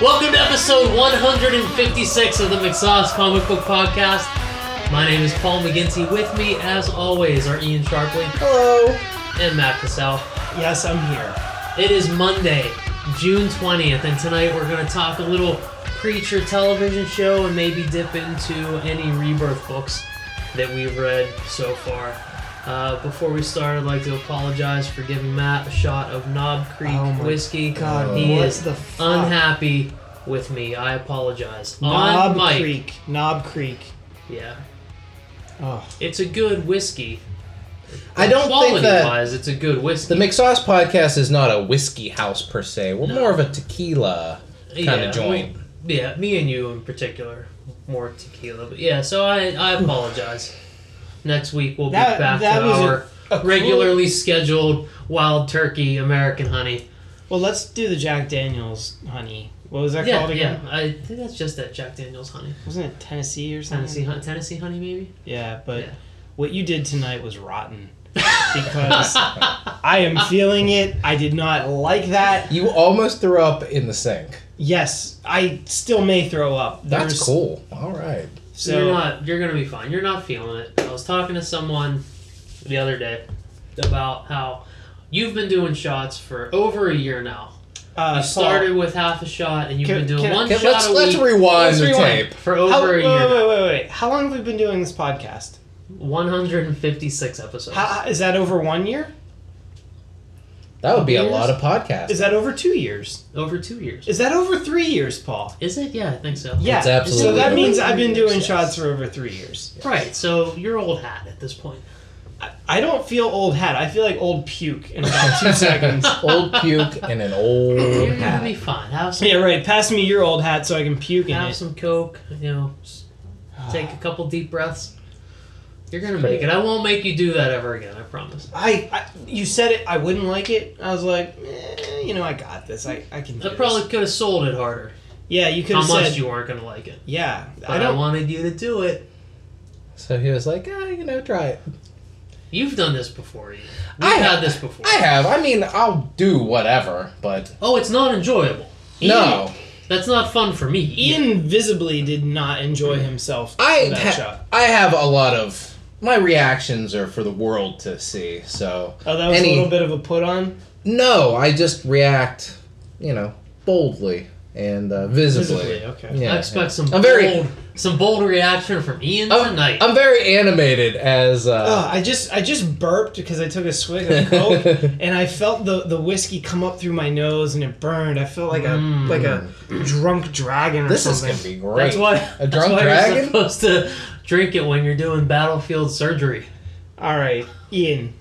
Welcome to episode 156 of the McSauce Comic Book Podcast. My name is Paul McGinty. With me, as always, are Ian Sharpley Hello. and Matt Cassell. Yes, I'm here. It is Monday, June 20th, and tonight we're going to talk a little Preacher television show and maybe dip into any rebirth books that we've read so far. Uh, before we start, I'd like to apologize for giving Matt a shot of Knob Creek Oh my whiskey. God, he what is the fuck? unhappy with me. I apologize. Knob On mic. Creek. Knob Creek. Yeah. Oh. It's a good whiskey. I don't Quality think that wise, it's a good the whiskey. McSauce podcast is not a whiskey house per se. We're No. more of a tequila kind Yeah, of joint. Yeah, me and you in particular, more tequila. But yeah, so I, I apologize. Next week we'll That- be back that to was a- our a cool- regularly scheduled wild turkey American honey. Well, let's do the Jack Daniels honey. What was that Yeah, called yeah. again? I think that's just that Jack Daniel's honey, Wasn't it Tennessee or something? Tennessee, hun- Tennessee honey, maybe. Yeah, but Yeah. what you did tonight was rotten. Because I am feeling it. I did not like that. You almost threw up in the sink. Yes, I still may throw up. That's There's- cool. All right. So you're So not. You're gonna be fine. You're not feeling it. I was talking to someone the other day about how you've been doing shots for over a year now. uh, You started with half a shot, and you've Can- been doing can- one Okay, shot let's a let's week rewind Let's the rewind. tape. for Paul, over how, a wait, year. wait, now. wait, wait, wait. How long have we been doing this podcast? 156 episodes. How, is that over one year? That would be a Years? lot of podcasts. Is that over two years? Over two years. Is that over three years, Paul? Is it? Yeah, I think so. Yeah. It's absolutely so that over means three I've been years, doing yes. shots for over three years. Right, so you're old hat at this point. I, I don't feel old hat. I feel like old puke in about two seconds. old puke and an old You're gonna be hat. fine. Have some, Yeah, right. Pass me your old hat so I can puke in have it. some coke. You know, s- take a couple deep breaths. You're gonna make it. I won't make you do that ever again. I promise. I, I, you said it. I wouldn't like it. I was like, eh, you know, I got this. I, I can. Do I this. probably could have sold it harder. Yeah, you could How have much said. you weren't gonna like it, yeah, but I I, don't. wanted you to do it. So he was like, ah, you know, try it. You've done this before. Ian. We've I had have- this before. I have. I mean, I'll do whatever, but Oh, it's not enjoyable. no. That's not fun for me. Ian visibly did not enjoy himself. for I that ha- shot. I have a lot of my reactions are for the world to see. So Oh, that was Any- a little bit of a put on. No, I just react, you know, boldly and uh, visibly. Visibly, okay. Yeah, I expect yeah. some I'm bold, very- some bold reaction from Ian I'm- tonight. I'm very animated as. Uh, Ugh, I just I just burped because I took a swig of coke and I felt the, the whiskey come up through my nose and it burned. I felt like a Mm. like a drunk dragon or this is something. gonna be great. that's why a that's drunk why You're dragon. supposed to drink it when you're doing battlefield surgery. All right, Ian,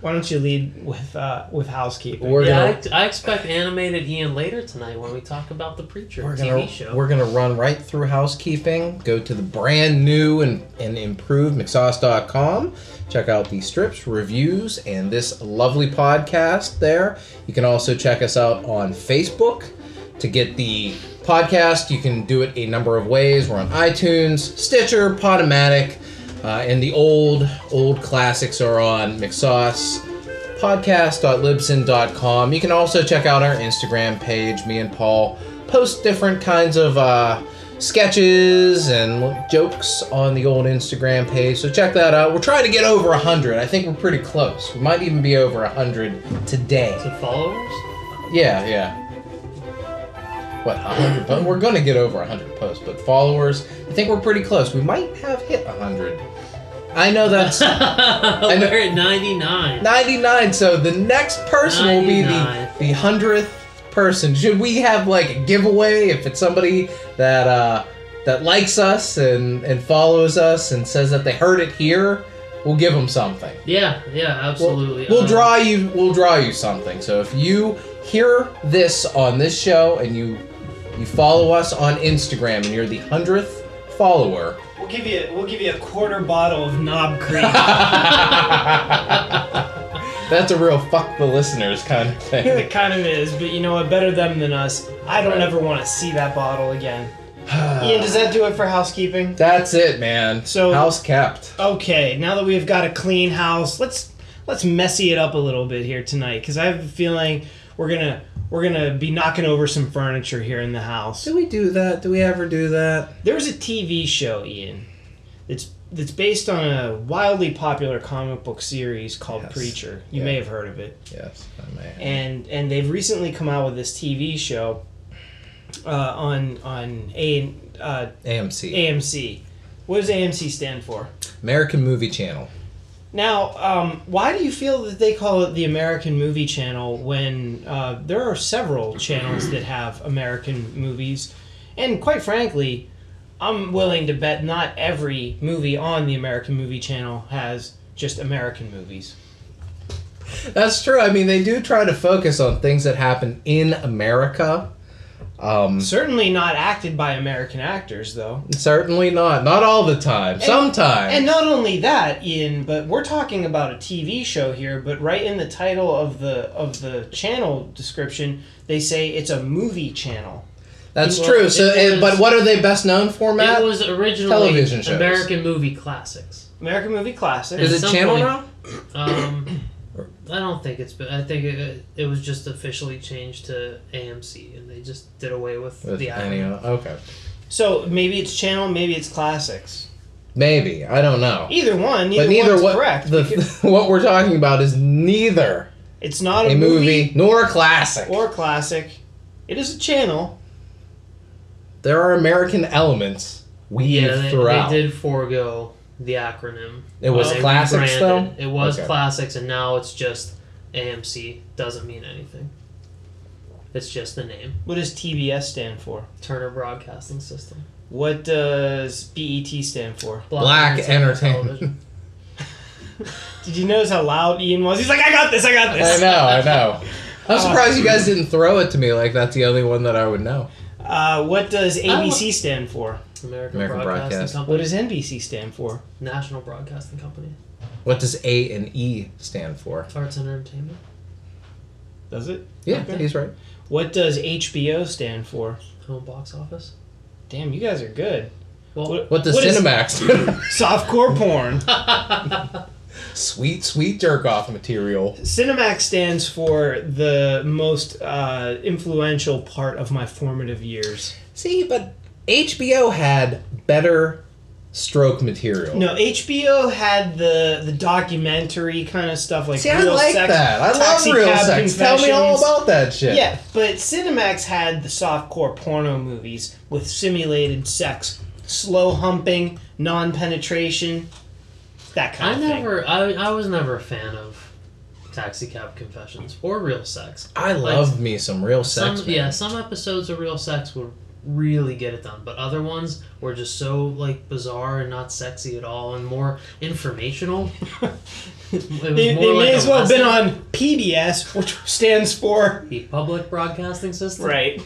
why don't you lead with uh, with housekeeping? We're yeah, I, gonna ex- I expect animated Ian later tonight when we talk about the preacher we're TV gonna show. we're gonna run right through housekeeping. Go to the brand new and and improved McSauce.com. Check out the strips, reviews, and this lovely podcast there. You can also check us out on Facebook to get the podcast. You can do it a number of ways. We're on iTunes, Stitcher, Podomatic, uh, and the old old classics are on McSauce podcast.libsyn.com. You can also check out our Instagram page. Me and Paul post different kinds of uh, sketches and jokes on the old Instagram page. So check that out. We're trying to get over 100. I think we're pretty close. We might even be over 100 today. to followers. Yeah, yeah. What, 100? But we're going to get over 100 posts. But followers, I think we're pretty close. We might have hit 100. I know that's know- we're at 99. 99 so the next person will be 99. the the 100th person should we have like a giveaway if it's somebody that uh that likes us and and follows us and says that they heard it here we'll give them something Yeah, yeah, absolutely. we'll Um, draw you we'll draw you something so if you hear this on this show and you you follow us on instagram and you're the 100th follower We'll give you we'll give you a quarter bottle of Knob Creek. that's a real fuck the listeners kind of thing it kind of is, but you know what? Better them than us. I don't Right. ever want to see that bottle again. Ian, does that do it for housekeeping? That's it, man. So- house kept. Okay, now that we've got a clean house, let's let's messy it up a little bit here tonight because I have a feeling we're gonna we're gonna be knocking over some furniture here in the house. Do we do that? Do we ever do that? There's a TV show, Ian. It's that's based on a wildly popular comic book series called Yes. Preacher. You Yeah. may have heard of it. Yes, I may. And and they've recently come out with this TV show uh, on on a uh, AMC, AMC. What does AMC stand for? American Movie Channel. Now, um, why do you feel that they call it the American Movie Channel when uh, there are several channels that have American movies? And quite frankly, I'm willing to bet not every movie on the American Movie Channel has just American movies. That's true. I mean, they do try to focus on things that happen in America. Um, Certainly not acted by American actors, though. certainly not. Not all the time. Sometimes. And not only that, Ian, but we're talking about a TV show here, but right in the title of the of the channel description, they say it's a movie channel. That's It was- true. So, it and- but was- what are they best known for, Matt? It was originally television shows. American movie classics. American Movie Classic. Is at it some Channel point- now? Um, I don't think it's been. I think it, it was just officially changed to AMC, and they just did away with, With the any I. of- okay. So maybe it's channel, maybe it's classics. Maybe I don't know. Either one, neither, but neither one's what correct. because the, what we're talking about is neither it's not a, a movie nor a classic. or classic. It is a channel. there are American elements weaved Yeah, they, throughout. they did forego the acronym. It was Oh, They classics though. rebranded. It was Okay. classics, and now it's just AMC. Doesn't mean anything. It's just the name What does TBS stand for? Turner Broadcasting System. What does BET stand for? Black Music and entertainment. Television. Did you notice how loud Ian was? He's like, I got this, I got I this. know. I know. Oh. I'm surprised you guys didn't throw it to me like that's the only one that I would know. Uh, what does ABC stand for? American, American Broadcasting Broadcast. Company. What does NBC stand for? National Broadcasting Company. What does A and E stand for? Arts and Entertainment. Does it? Yeah, Okay. he's right. What does HBO stand for? Home box office. Damn, you guys are good. Well, What does is- Cinemax? Softcore porn. sweet, sweet jerk off material. Cinemax stands for the most uh, influential part of my formative years. See, but HBO had better stroke material. No, HBO had the the documentary kind of stuff like See, I real like sex, that. I love Taxi real Cab sex. Tell me all Confessions. about that shit. Yeah, but Cinemax had the softcore porno movies with simulated sex, slow humping, non penetration, that kind I of thing. never. I, I was never a fan of Taxi Cab Confessions or Real Sex. I love me some real Some sex. man. yeah, some episodes of Real Sex would really get it done, but other ones were just so like bizarre and not sexy at all, and more informational. It was They, more they like may a as well have been lesson. on PBS, which stands for the public broadcasting system. right.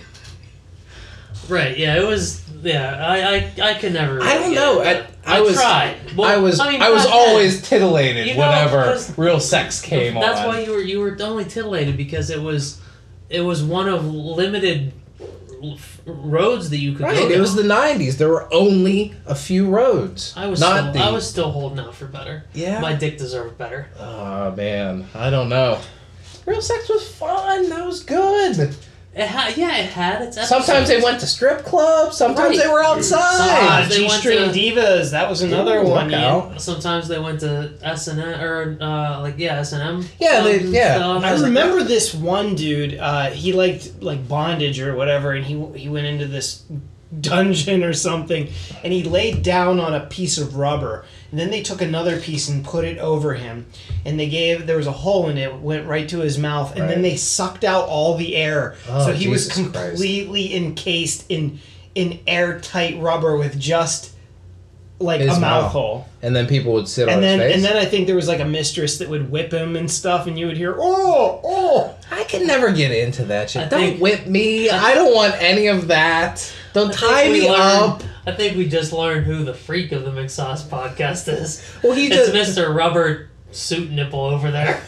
Right, Yeah, it was. Yeah, I I, I could never. I don't get know. I, it, but I, was tried. Well, I was I, mean, was back then- always titillated You know, whenever 'cause- real sex came That's on. why you were you were only titillated because it was it was one of limited l- f- roads that you could go. right. It down. was the '90s. There were only a few roads. I was not still, the. I was still holding out for better. Yeah. My dick deserved better. oh man, I don't know. Real sex was fun. That was good. It ha- yeah, it had its. Episodes. Sometimes they went to strip clubs. Sometimes Right. they were outside. Ah, Uh, They G want String to- Divas. That was another Ooh, one. look Ian. out. Sometimes they went to S and M or uh, like yeah S and M. Um, Yeah, they- yeah. I remember this one dude. Uh, he liked like bondage or whatever, and he he went into this dungeon or something, and he laid down on a piece of rubber. And then they took another piece and put it over him, and they gave there was a hole in it, went right to his mouth, and Right. then they sucked out all the air, Oh, so he was Jesus Christ. completely encased in in airtight rubber with just like His a mouth. mouth hole And then people would sit on and his then face. and then I think there was like a mistress that would whip him and stuff, and you would hear oh oh. I can never get into that shit. I don't think- whip me. I don't want any of that. Don't tie me up. I think we just learned who the freak of the McSauce podcast is. Well, he it's just Mr. Rubber Suit Nipple over there.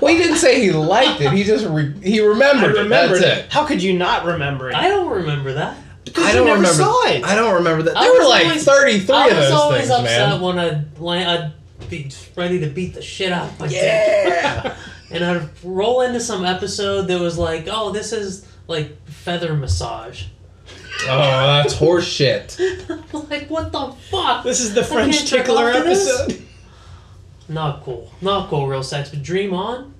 well, he didn't say he liked it. He just re- he remembered. I it. remembered That's it. How could you not remember it? I don't remember that. because I you don't never remember. saw it. I don't remember that. I There were was like always- thirty-three I of was those always things, upset man. when I'd, la- I'd be ready to beat the shit out of my dick. Yeah. and I'd roll into some episode that was like, oh, this is like feather massage. Oh, that's horse shit. like, what the fuck? This is the can't French jerk tickler off to this? episode. Not cool. Not cool, real sex. But Dream On,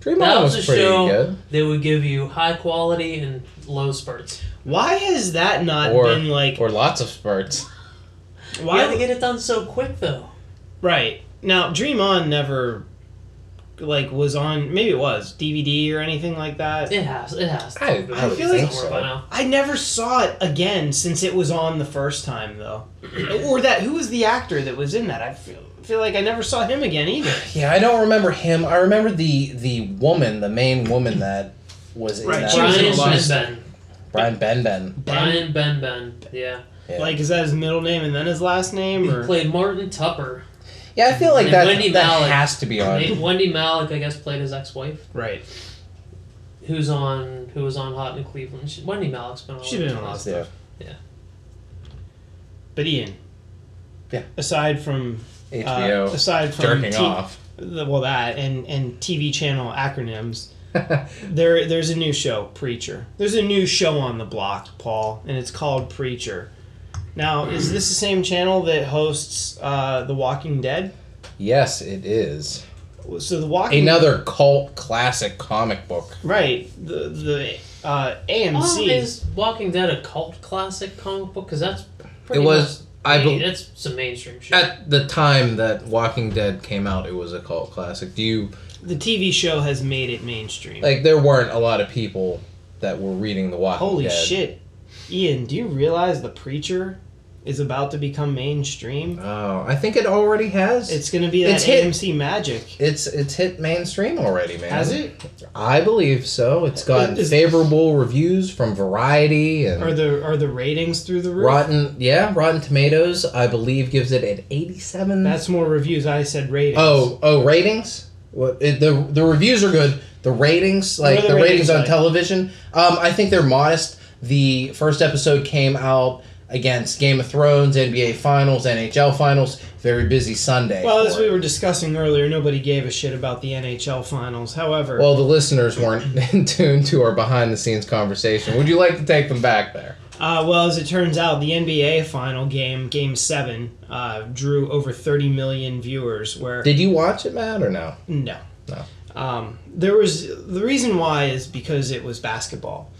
Dream that On was, was, a pretty show good. that would give you high quality and low spurts. Why has that not Or, been like? or lots of spurts. Why why had to get it done so quick, though? Right. Now, Dream On never like was on maybe it was DVD or anything like that. It has. It has. to. I- I would It's think over so. by now. I never saw it again since it was on the first time though. or that who was the actor that was in that? I feel feel like I never saw him again either. Yeah, I don't remember him. I remember the the woman, the main woman that was in Right, that. she was in a Brian lot of Ben stuff. Ben. Brian Ben Ben. Brian Ben Ben. Yeah. Yeah. Like is that his middle name and then his last name He or played Martin Tupper. yeah, I feel like And that, Wendy that Malick. has to be Nate- on. Wendy Malik, I guess, played his ex-wife, Right. who's on who was on Hot in Cleveland. She, Wendy Malik's been on. She's been in a lot of of stuff. Yeah. But Ian. Yeah. Aside from uh, HBO. aside from jerking T- off. the- well that and and TV channel acronyms. There, there's a new show, Preacher. There's a new show on the block, Paul, and it's called Preacher. Now, is this the same channel that hosts uh, The Walking Dead? yes, it is. So The Walking Another cult classic comic book. right? The the uh, Oh, AMC. is Walking Dead a cult classic comic book? Because that's pretty It was- much- I mean, bel- that's some mainstream shit. At the time that Walking Dead came out, it was a cult classic. Do you the TV show has made it mainstream. like? There weren't a lot of people that were reading The Walking Holy Dead. shit, Ian! Do you realize The Preacher is about to become mainstream? Oh, I think it already has. It's gonna be that It's hit. AMC magic. it's it's hit mainstream already, man. Has it? I believe so. It's gotten Is- favorable reviews from Variety and Are the are the ratings through the roof? Rotten. Yeah, Rotten Tomatoes. I believe gives it an eighty-seven. That's more reviews. I said ratings. oh oh ratings. What it, the the reviews are good. The ratings like are the the ratings, ratings on like? television. Um, I think they're modest. The first episode came out against Game of Thrones, NBA Finals, NHL Finals. Very busy Sunday. Well, for as it. we were discussing earlier, nobody gave a shit about the NHL finals. However, Well, the listeners weren't in tune to our behind the scenes conversation. Would you like to take them back there? uh, well as it turns out, the NBA final game, Game Seven, uh, drew over 30 million viewers. Where Did you watch it, Matt, or no? no, No. um, there was the reason why is because it was basketball.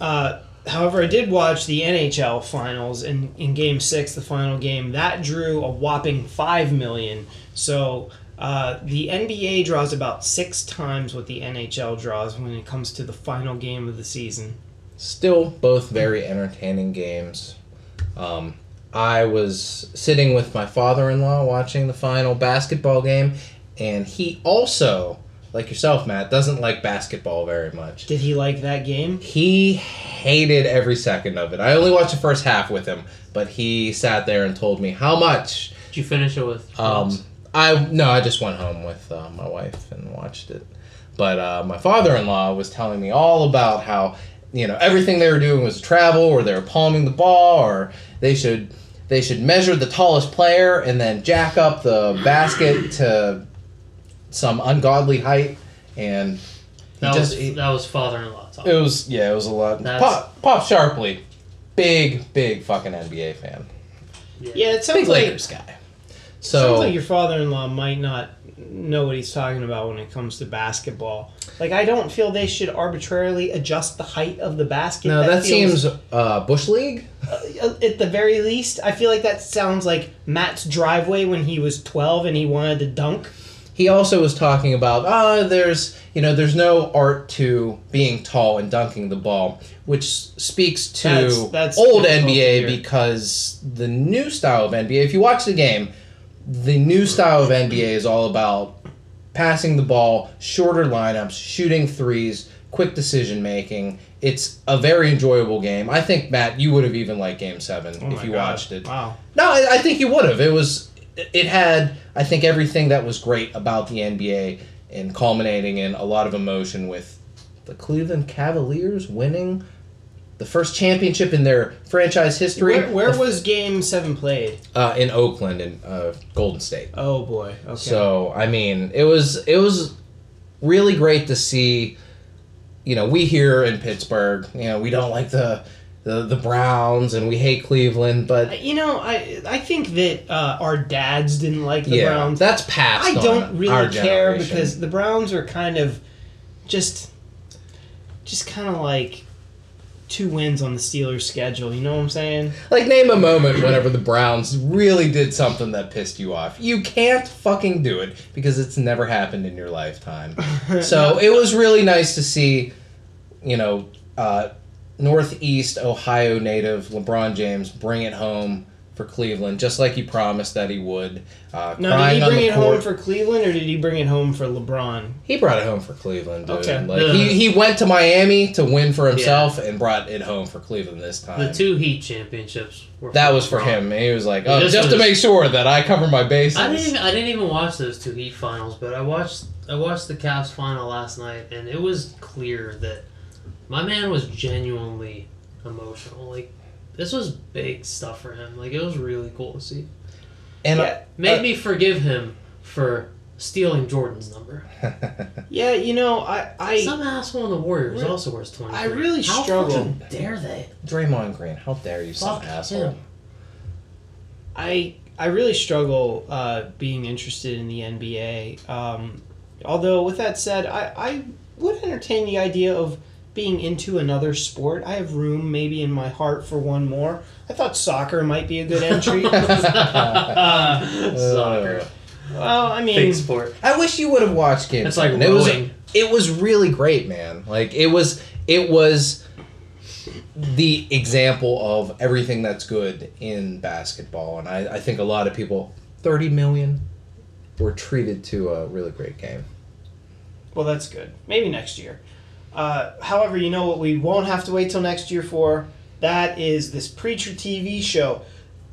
Uh, however, I did watch the NHL finals, and in Game Six, the final game, that drew a whopping five million. So uh, the NBA draws about six times what the NHL draws when it comes to the final game of the season. Still, both very entertaining games. Um, I was sitting with my father in law watching the final basketball game, and he also, like yourself, Matt, doesn't like basketball very much. Did he like that game? He hated every second of it. I only watched the first half with him, but he sat there and told me how much Did you finish it with? Um, I no, I just went home with uh, my wife and watched it. But uh, my father-in-law was telling me all about how you know everything they were doing was travel, or they were palming the ball, or they should they should measure the tallest player and then jack up the basket to some ungodly height. And he that just was he- that was father-in-law talk. it was yeah, it was a lot. That's- Pop Pop Sharpley, big big fucking NBA fan, Yeah, it sounds big like Lakers guy. sounds So like your father-in-law might not know what he's talking about when it comes to basketball. Like I don't feel they should arbitrarily adjust the height of the basket. no, that feels- uh, seems uh, bush league. at the very least, I feel like that sounds like Matt's driveway when he was 12 and he wanted to dunk. he also was talking about ah there's you know there's no art to being tall and dunking the ball which speaks to That's- that's old difficult nba to hear. because the new style of nba if you watch the game the new style of nba is all about passing the ball shorter lineups shooting threes quick decision making it's a very enjoyable game i think matt you would have even liked game 7 if you watched it Wow. no, I, I think you would have. It was, it had, I think, everything that was great about the NBA, and culminating in a lot of emotion with the Cleveland Cavaliers winning the first championship in their franchise history. Where, where The- was game seven played? uh, in Oakland in uh, Golden State? Oh boy. Okay. So I mean, it was it was really great to see. You know, we here in Pittsburgh, you know, we don't like the the, the Browns and we hate Cleveland, but You know, I I think that uh, our dads didn't like the yeah, Browns. that's past. I on don't our really care generation. because the Browns are kind of just just kind of like two wins on the Steelers schedule. You know what I'm saying? Like, name a moment whenever the Browns really did something that pissed you off. You can't fucking do it because it's never happened in your lifetime. So it was really nice to see, you know, uh, Northeast Ohio native LeBron James bring it home for Cleveland, just like he promised that he would. Uh, Now, did crying he on bring the it court. home for Cleveland or did he bring it home for LeBron? He brought it home for Cleveland, dude. Okay. Like, The- he, he went to Miami to win for himself and brought it home for Cleveland this time. The two Heat championships. Were That was for LeBron. him. He was like, oh, This just to was- make sure that I cover my bases. I didn't. Even, I didn't even watch those two Heat finals, but I watched. I watched the Cavs final last night, and it was clear that my man was genuinely emotional. Like this was big stuff for him. Like it was really cool to see. and Yeah. Made Uh, me forgive him for stealing Jordan's number. Yeah, you know, I I Some asshole in the Warriors Re- also wears twenty. I really How struggle. fucking dare they? Draymond Green, how dare you, some Fuck asshole. him. I I really struggle uh, being interested in the NBA. Um, although, with that said, I I would entertain the idea of being into another sport. I have room maybe in my heart for one more. I thought soccer might be a good entry. well, Uh, Soccer, I mean, big sport. I wish you would have watched Game It's like Seven. it was rowing. it was really great, man. Like it was it was the example of everything that's good in basketball, and I, I think a lot of people, thirty million, were treated to a really great game. well, that's good. Maybe next year. Uh, however, you know what we won't have to wait till next year for? That is this Preacher TV show.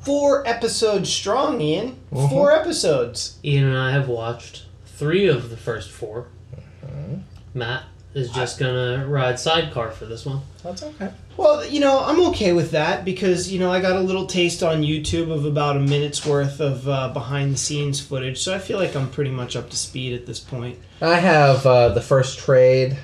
Four episodes strong, Ian. Four episodes. Ian and I have watched three of the first 4 Mm-hmm. Matt is just gonna ride sidecar for this one. That's okay. Well, you know, I'm okay with that because you know I got a little taste on YouTube of about a minute's worth of uh, behind the scenes footage, so I feel like I'm pretty much up to speed at this point. I have uh, the first trade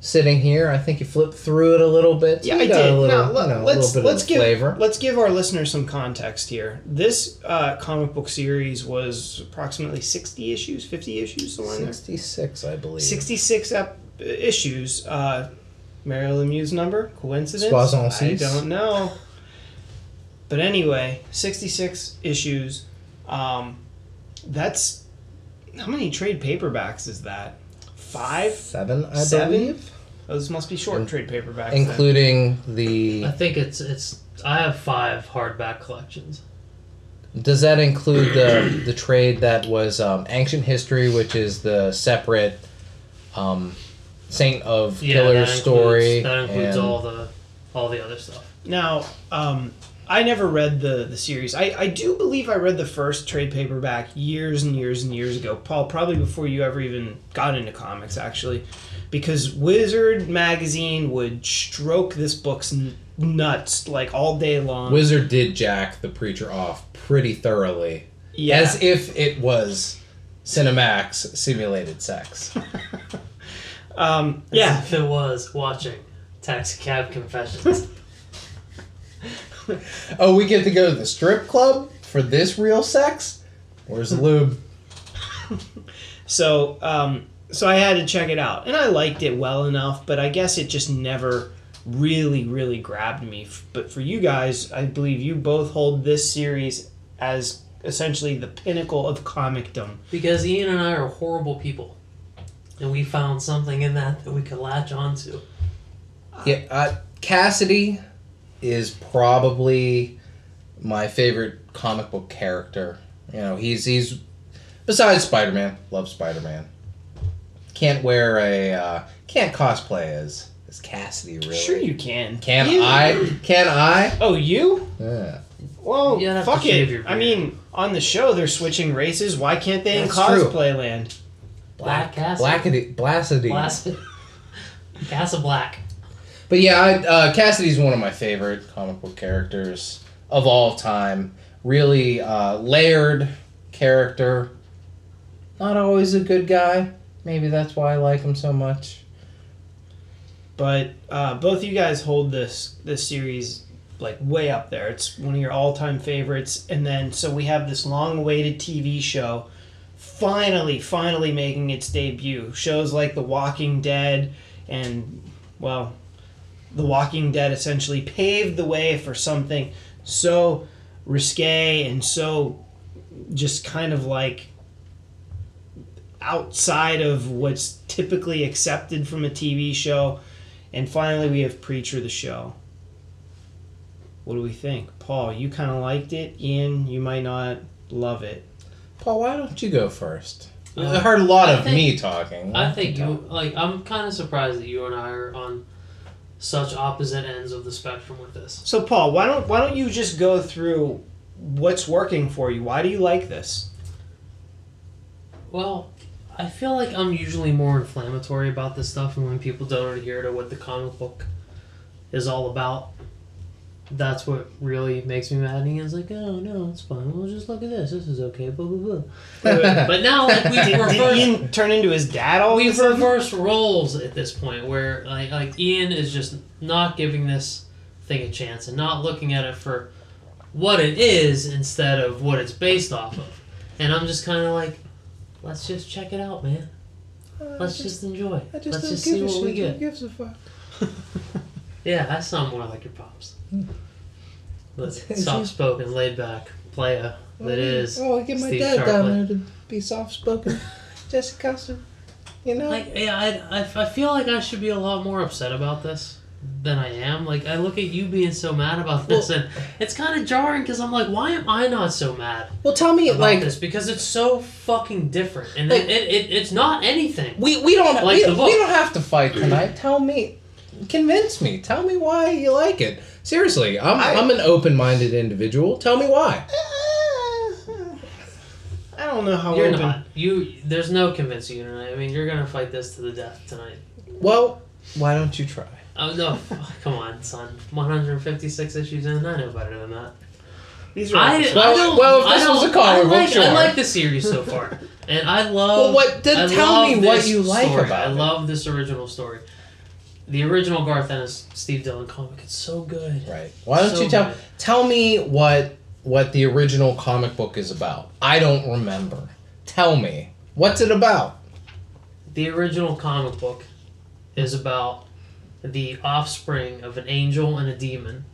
sitting here. I think you flipped through it a little bit. so Yeah, you I got did. A little, now, you know, a let's little bit let's of give flavor. let's give our listeners some context here. This uh, comic book series was approximately 60 issues, 50 issues, somewhere in there. Sixty-six, I believe. 66 ep- issues. Uh, Marilyn Mew's number? Coincidence? I Soissons. don't know. But anyway, 66 issues. Um, that's. How many trade paperbacks is that? Five? Seven, I Seven? believe, Those must be short trade paperbacks. then. including the. Uh, I think it's it's. I have five hardback collections. Does that include the the trade that was um, ancient history, which is the separate um, Saint of Killer that includes, story? That includes and- all the all the other stuff. Now, um, I never read the the series. I, I do believe I read the first trade paperback years and years and years ago, Paul, probably before you ever even got into comics, actually, because Wizard magazine would stroke this book's n- nuts like all day long. Wizard did jack the preacher off pretty thoroughly, yeah. as if it was Cinemax simulated sex. um, yeah. As if it was watching Taxi Cab Confessions. oh, we get to go to the strip club for this real sex. Where's the lube? So, um, so I had to check it out, and I liked it well enough, but I guess it just never really, really grabbed me. F- But for you guys, I believe you both hold this series as essentially the pinnacle of comicdom. because Ian and I are horrible people, and we found something in that that we could latch onto. Yeah, uh, Cassidy is probably my favorite comic book character. You know, he's he's besides Spider Man, love Spider Man. Can't wear a uh, can't cosplay as as Cassidy really. Sure, you can. Can You- I? Can I? Oh, you? Yeah. Well, You'd have to fuck shave it. your I beard. mean, on the show they're switching races. Why can't they in That's true. cosplay land? Black Cassidy. Blackity, Blassity. Blast- Casa Black. But yeah, I, uh, Cassidy's one of my favorite comic book characters of all time. Really uh, layered character. Not always a good guy. Maybe that's why I like him so much. But uh, both you guys hold this this series like way up there. It's one of your all time favorites. And then so we have this long awaited TV show, finally, finally making its debut. Shows like The Walking Dead and well, The Walking Dead essentially paved the way for something so risque and so just kind of like outside of what's typically accepted from a TV show. And finally, we have Preacher the show. What do we think? Paul, you kind of liked it. Ian, you might not love it. Paul, why don't you go first? Uh, I heard a lot I of think- me talking. Why I don't think talk? you like. I'm kind of surprised that you and I are on such opposite ends of the spectrum with this. So, Paul, why don't why don't you just go through what's working for you? Why do you like this? Well, I feel like I'm usually more inflammatory about this stuff, and when people don't adhere to what the comic book is all about, that's what really makes me mad. And Ian's like, "Oh no, it's fine. We'll just look at this. This is okay." Blah blah blah. But now, like, we Did, did reversed- Ian turn into his dad all of a we've sudden? reversed roles at this point where like, like ian is just not giving this thing a chance and not looking at it for what it is instead of what it's based off of and i'm just kind of like let's just check it out man let's just enjoy it. I just let's don't just give see a what shit. we Who get gives a fuck? yeah that sound more like your pops Hmm. but Is he- soft spoken laid back player that is Oh, I get my Steve dad down Sharpley. there to be soft spoken. Jessica Costa. You know? Like, yeah, I, I, I feel like I should be a lot more upset about this than I am. Like, I look at you being so mad about this, and it's kind of jarring because I'm like, why am I not so mad well, tell me, about like, this? Because it's so fucking different, and Like- it, it, it, it's not anything. we, we don't Like we, the book. we don't have to fight tonight. tell me, convince me. Tell me why you like it. Seriously, I'm I, I- am i am an open minded individual. Tell me why. I don't know how You're open. not. You. There's no convincing you tonight. I mean, you're gonna fight this to the death tonight. Well, why don't you try? Oh no! Come on, son. 156 issues in. I know better than that. These are I, I episodes. Well, don't, well, if I this was don't- a comic I book, like, sure. I like the series so far, and I Well, love. what? Then I tell me love what this you like story. about I it. love this original story. The original Garth Ennis Steve Dillon comic. It's so good. Right. Why don't So you tell good. tell me what what the original comic book is about? I don't remember. Tell me what's it about. The original comic book is about the offspring of an angel and a demon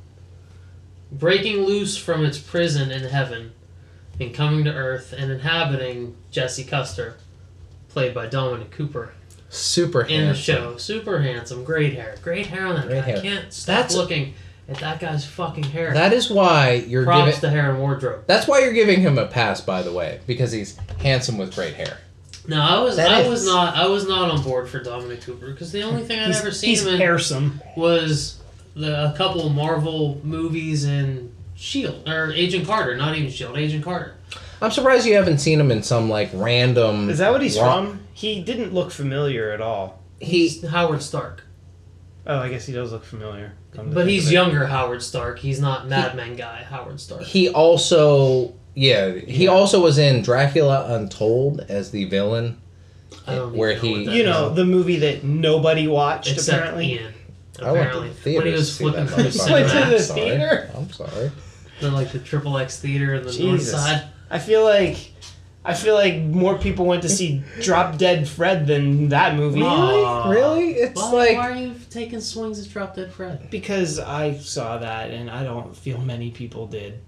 breaking loose from its prison in heaven and coming to earth and inhabiting Jesse Custer, played by Dominic Cooper. Super in the handsome. show. Super handsome, great hair, great hair on that Great guy. hair. I can't stop That's- looking at that guy's fucking hair. That is why you're Props giving. to hair and wardrobe. That's why you're giving him a pass, by the way, because he's handsome with great hair. No, I was That I is- was not I was not on board for Dominic Cooper because the only thing I'd He's, ever seen he's him in hairsome. was the, a couple Marvel movies and Shield E or Agent Carter, not even Shield, E Agent Carter. I'm surprised you haven't seen him in some like random. Is that what he's Wrong. from? He didn't look familiar at all. He He's Howard Stark, Oh, I guess he does look familiar. Come to but think he's of it. younger Howard Stark. He's not Madman guy Howard Stark. he also yeah he Yeah. also was in Dracula Untold as the villain. I don't even where know he- what that You is. know, the movie that nobody watched, except apparently. Ian. I went to Apparently, the theater when he to was see that flipping through motherfucker. Went to Cinemax. the I'm sorry. theater? I'm sorry. They're like the triple X theater in the Jesus. north side. I feel like I feel like more people went to see Drop Dead Fred than that movie. Uh, Aw. Really? It's Why, like why are you taking swings at Drop Dead Fred? Because I saw that and I don't feel many people did.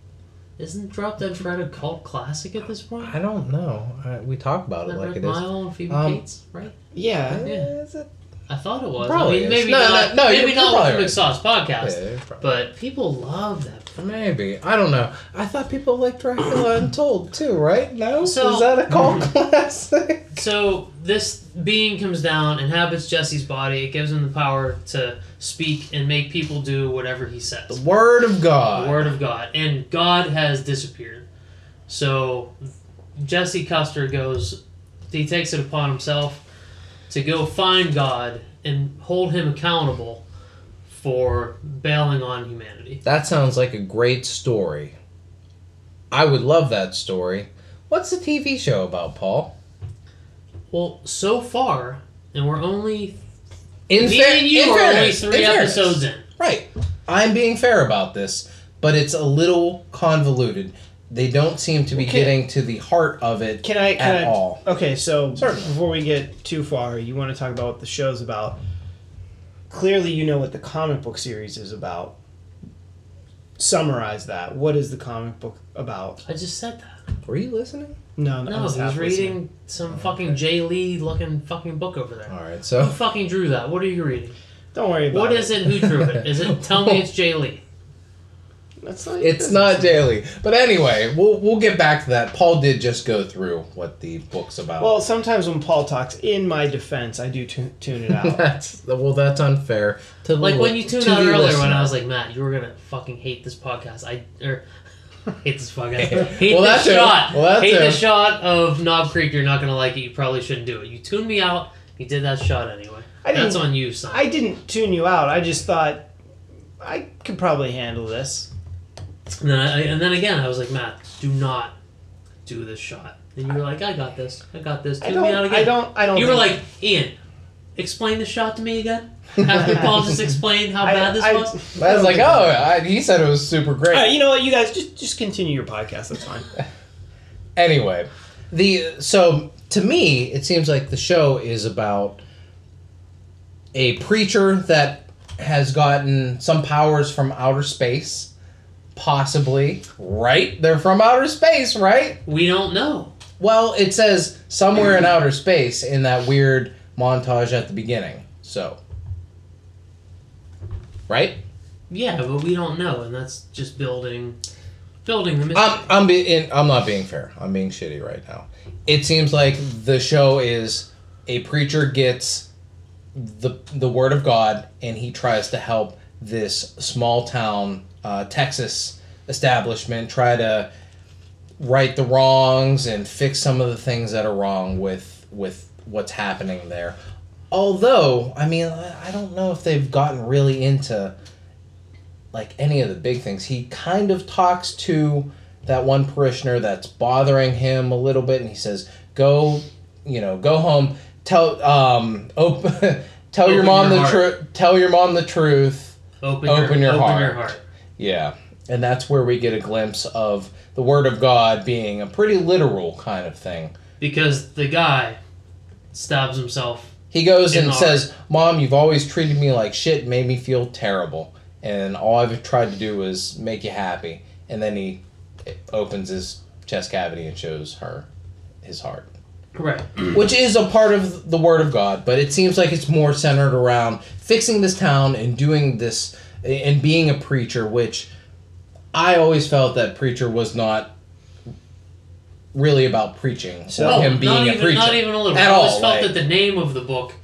Isn't Drop Dead Fred a cult classic at this point? I don't know. I, we talk about it Isn't that like Rick it is. Mile and Phoebe Um, Cates, right? Yeah. Is it? I thought it was. Probably I mean, is. maybe No, no, not. no, you're- maybe you're not probably with the Big right. Sauce podcast, Yeah, probably. but people love that. Maybe. I don't know. I thought people liked Dracula Untold too, right? No? So- is that a cult classic? So this being comes down, inhabits Jesse's body. It gives him the power to speak and make people do whatever he says. The Word of God. the word of God, and God has disappeared. So Jesse Custer goes, he takes it upon himself to go find God and hold him accountable for bailing on humanity. That sounds like a great story. I would love that story. What's the TV show about, Paul? Well, so far, and we're only In, me fair- and you in are fairness, only three in fairness. episodes in. Right. I'm being fair about this, but it's a little convoluted. They don't seem to be Okay. getting to the heart of it Can I? Can at I, all. Okay, so Certainly. before we get too far, you want to talk about what the show's about. Clearly, you know what the comic book series is about. Summarize that. What is the comic book about? I just said that. Were you listening? No, No, I was he's half reading listening. some fucking Jay Lee looking fucking book over there. All right. Who So fucking drew that? What are you reading? Don't worry about What it. is it? Who drew it? Is it? Tell me it's Jay Lee. That's not your it's not daily, but anyway, we'll we'll get back to that. Paul did just go through what the book's about. Well, sometimes when Paul talks, in my defense, I do tu- tune it out. that's well, that's unfair. To the Like when li- you tuned Oh, to out the earlier listener. when I was like, Matt, you were gonna fucking hate this podcast. I or hate this podcast. Hate Well, this that's it. shot. Well, that's hate the it. shot of Knob Creek. You're not gonna like it. You probably shouldn't do it. You tuned me out. You did that shot anyway. I that's didn't- on you, son. I didn't tune you out. I just thought I could probably handle this. and then I, I- and then again, I was like, Matt, do not do this shot. And you were like, I got this. I got this. I Tune don't. me out again. I don't. I don't. You were think- like, Ian, explain the shot to me again. After Paul just explained how I- bad this I- was. I was like, oh, I, he said it was super great. All right, you know what? You guys just just continue your podcast. That's fine. anyway the so to me it seems like the show is about a preacher that has gotten some powers from outer space possibly right they're from outer space right We don't know. well it says somewhere in outer space in that weird montage at the beginning so right Yeah, but we don't know, and that's just building, building the mystery. Um, I'm I'm being I'm not being fair. I'm being shitty right now. It seems like the show is a preacher gets the the word of God and he tries to help this small town uh, Texas establishment try to right the wrongs and fix some of the things that are wrong with with what's happening there. Although, I mean, I I don't know if they've gotten really into like any of the big things. He kind of talks to that one parishioner that's bothering him a little bit, and he says, "Go, you know, go home. Tell, um, op- tell your Open mom your the heart. truth. Tell your mom the truth." open, open your, your open heart. your heart. Yeah, and that's where we get a glimpse of the Word of God being a pretty literal kind of thing. Because the guy stabs himself. He goes In and the says, "Mom, you've always treated me like shit, made me feel terrible, and all I've tried to do is make you happy." And then he opens his chest cavity and shows her his heart, Right. which is a part of the Word of God, but it seems like it's more centered around fixing this town and doing this and being a preacher, which I always felt that preacher was not really about preaching So- or Oh, him being not a even, preacher Not even a little. at I all. always felt like- that the name of the book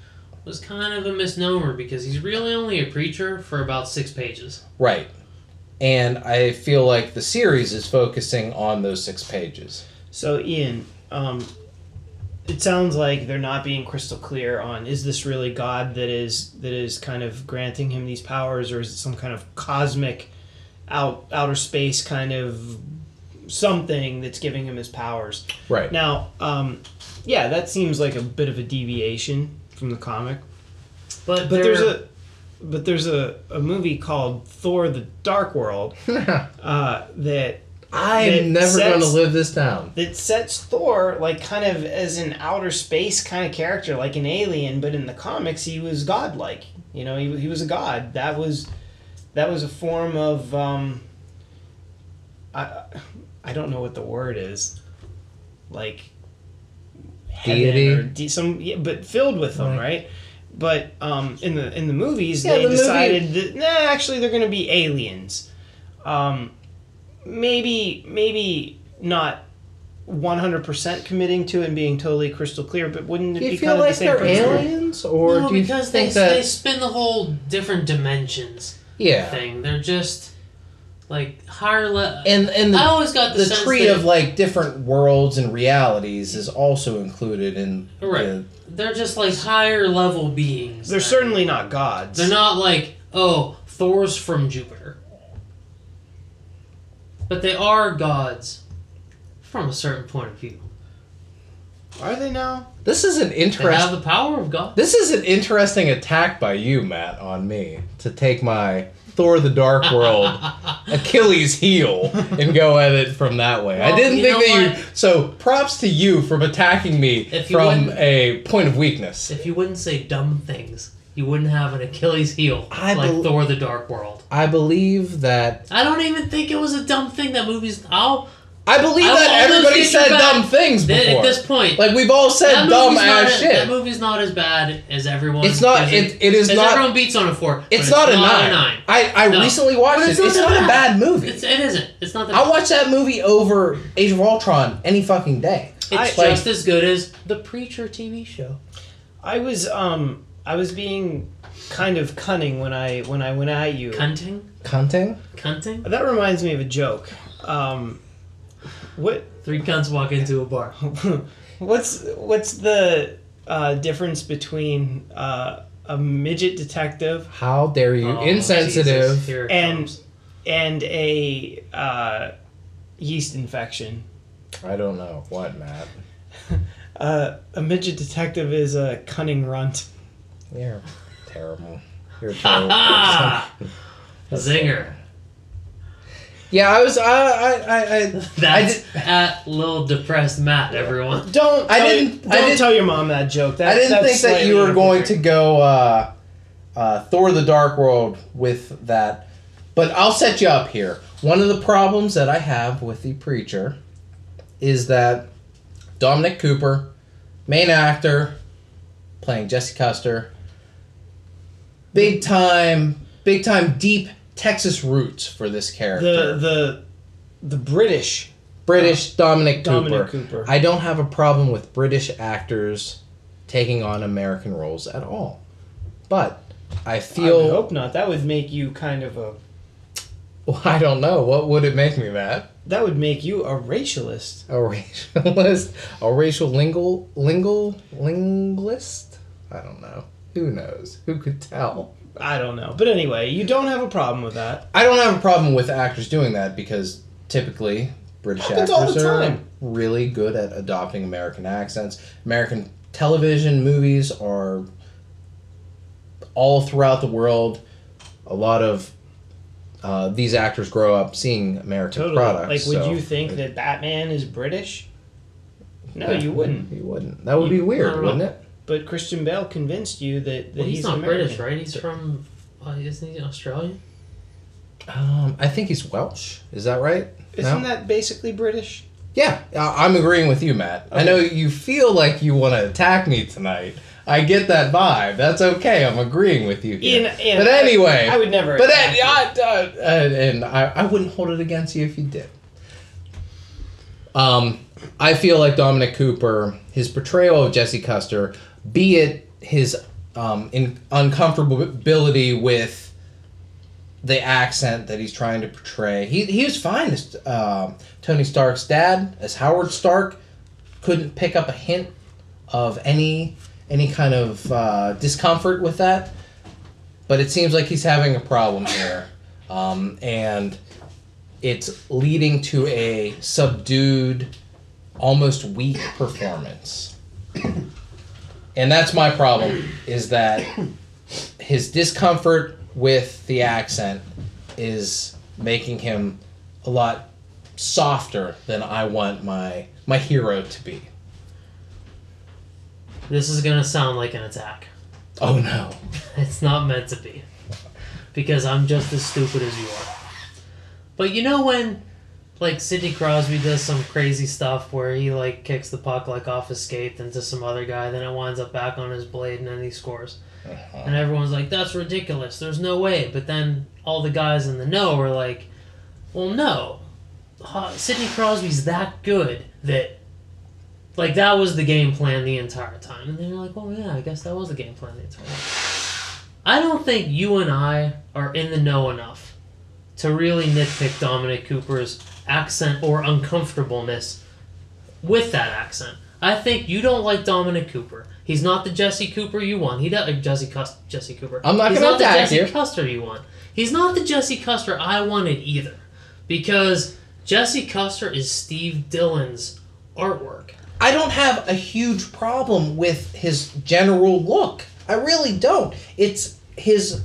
was kind of a misnomer because he's really only a preacher for about six pages. Right. And I feel like the series is focusing on those six pages. So, Ian, um, it sounds like they're not being crystal clear on is this really God that is that is kind of granting him these powers, or is it some kind of cosmic out outer space kind of something that's giving him his powers? Right. Now, um, yeah, that seems like a bit of a deviation from the comic, But, but there- there's a but there's a, a movie called Thor: The Dark World uh, that It I'm never sets- going to live this down. that sets Thor like kind of as an outer space kind of character, like an alien. But in the comics, he was godlike. You know, he, he was a god. That was that was a form of um, I I don't know what the word is, like heaven Deity? or de- some, yeah, but filled with them, Right. right? But um, in the in the movies, Yeah, they the movie- decided that nah, actually they're going to be aliens. Um, maybe maybe not 100% committing to it and being totally crystal clear, but wouldn't it Do be you feel kind of like the same they're principle? aliens? Or no, do you because think they, that. they spin the whole different dimensions yeah. thing. They're just like higher level. And, and I the, always got the, the sense tree that of like different worlds and realities is also included in. Right. The, they're just like higher level beings. They're than- certainly not gods. They're not like oh Thor's from Jupiter, but they are gods from a certain point of view. Are they now? This is an They have interesting. the power of God. This is an interesting attack by you, Matt, on me to take my Thor: The Dark World Achilles heel and go at it from that way. I Well, didn't you think know that you. So props to you from attacking me If you from wouldn't- a point of weakness. If you wouldn't say dumb things, you wouldn't have an Achilles heel I like bel- Thor: The Dark World. I believe that. I don't even think it was a dumb thing that movie's. I'll I believe I will that always everybody get your said back. dumb things th- before. at this point. like we've all said that dumb movie's not ass a- shit. That movie's not as bad as everyone. It's not- as it- it is as not- Everyone beats on a four. but it's not, a, nine. I, I No. recently watched But it. it's It's, not that not a bad. bad movie. It's, it isn't. It's not that. I watched that movie over Age of Ultron any fucking day. it's I- just as good as the Preacher TV show. I was um I was being kind of cunning when I when I went at you. Cunting, Cunting? cunting. That reminds me of a joke. Um, what Three cunts walk into a bar. what's what's the uh, difference between uh, a midget detective How dare you? Oh, Insensitive. Jesus, here it And- comes. and a uh, yeast infection? I don't know what, Matt. Uh, a midget detective is a cunning runt. You're terrible. You're a terrible. person. Ah, zinger. yeah, I was. I. I. I. I That's at little depressed Matt. Everyone. Don't I tell- didn't- don't I didn't- tell your mom that joke. That, I didn't that's think that you slightly were going to inappropriate. go uh, uh, Thor: The Dark World with that, but I'll set you up here. One of the problems that I have with the preacher is that Dominic Cooper, main actor, playing Jesse Custer, big time, big time, deep Texas roots for this character. the the the British British Dominic Cooper. Dominic Cooper. I don't have a problem with British actors taking on American roles at all. But I I would feel hope not. That would make you kind of a well, I don't know what would it make me Matt? that would make you a racialist. A racialist, a racial lingual lingual linguist? I don't know. Who knows? Who could tell? I don't know. But anyway, you don't have a problem with that. I don't have a problem with actors doing that because typically British Happens actors all the are time. really good at adopting American accents. American television movies are all throughout the world. A lot of uh, these actors grow up seeing American Totally. products. like would so- you think that Batman is British? No, Yeah, you wouldn't. You wouldn't. That would be You- I weird, don't know. wouldn't it? But Christian Bale convinced you that, that Well, he's, he's, not American. British, right? He's from. Uh, isn't he Australian? Um, I think he's Welsh. Is that right? Isn't No? that basically British? Yeah, I- I'm agreeing with you, Matt. I know you feel like you want to attack me tonight. I get that vibe. That's okay. I'm agreeing with you. Here. In- in- but anyway, I would never But attack any- you. I, I- I- uh, and I, I wouldn't hold it against you if you did. Um, I feel like Dominic Cooper, his portrayal of Jesse Custer, be it his um, in, uncomfortability with the accent that he's trying to portray. He, he was fine as um Tony Stark's dad, as Howard Stark. Couldn't pick up a hint of any any kind of uh, discomfort with that, but it seems like he's having a problem here, um, and it's leading to a subdued, almost weak performance. And that's my problem is that his discomfort with the accent is making him a lot softer than I want my my hero to be. This is gonna sound like an attack. Oh no. It's not meant to be. Because I'm just as stupid as you are. But you know when like Sidney Crosby does some crazy stuff where he like kicks the puck like off his skate into some other guy, then it winds up back on his blade and then he scores. And everyone's like, That's ridiculous, there's no way but then all the guys in the know are like, Well no. Ho- Sidney Crosby's that good that like that was the game plan the entire time. And then you're like, Well yeah, I guess that was the game plan the entire time. I don't think you and I are in the know enough to really nitpick Dominic Cooper's accent or uncomfortableness with that accent. I think you don't like Dominic Cooper. He's not the Jesse Cooper you want. He does Jesse Cus- Jesse Cooper. I'm not He's gonna the attack Jesse you. Custer you want. He's not the Jesse Custer I wanted either, because Jesse Custer is Steve Dillon's artwork. I don't have a huge problem with his general look. I really don't. It's his.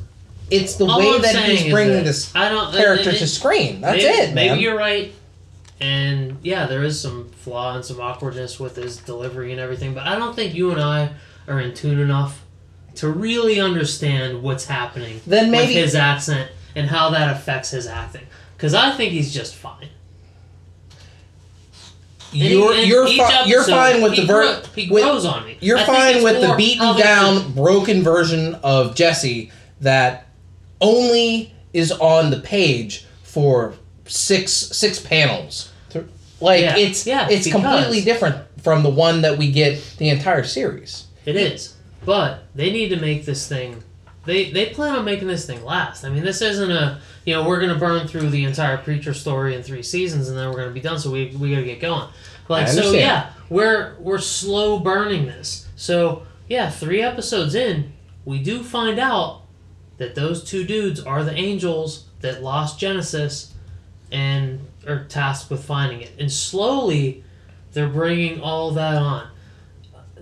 It's the All way I'm that saying he's is bringing that this I don't, uh, character it- to screen. That's maybe, it, man. Maybe you're right. And yeah, there is some flaw and some awkwardness with his delivery and everything, but I don't think you and I are in tune enough to really understand what's happening Then maybe- with his accent and how that affects his acting. Because I think he's just fine. And he- You're and you're, each fi- you're episode, fine with he the ver- gro- he with- grows on me. You're I think fine it's with the more how beaten they- down, broken version of Jesse that only is on the page for six six panels. Th- Like Yeah, it's yeah, it's because- completely different from the one that we get the entire series. It is. But they need to make this thing. They they plan on making this thing last. I mean, this isn't a you know we're gonna burn through the entire preacher story in three seasons and then we're gonna be done. So we we gotta get going. Like I so, understand. yeah, we're we're slow burning this. So yeah, three episodes in, we do find out that those two dudes are the angels that lost Genesis and are tasked with finding it. And slowly, they're bringing all that on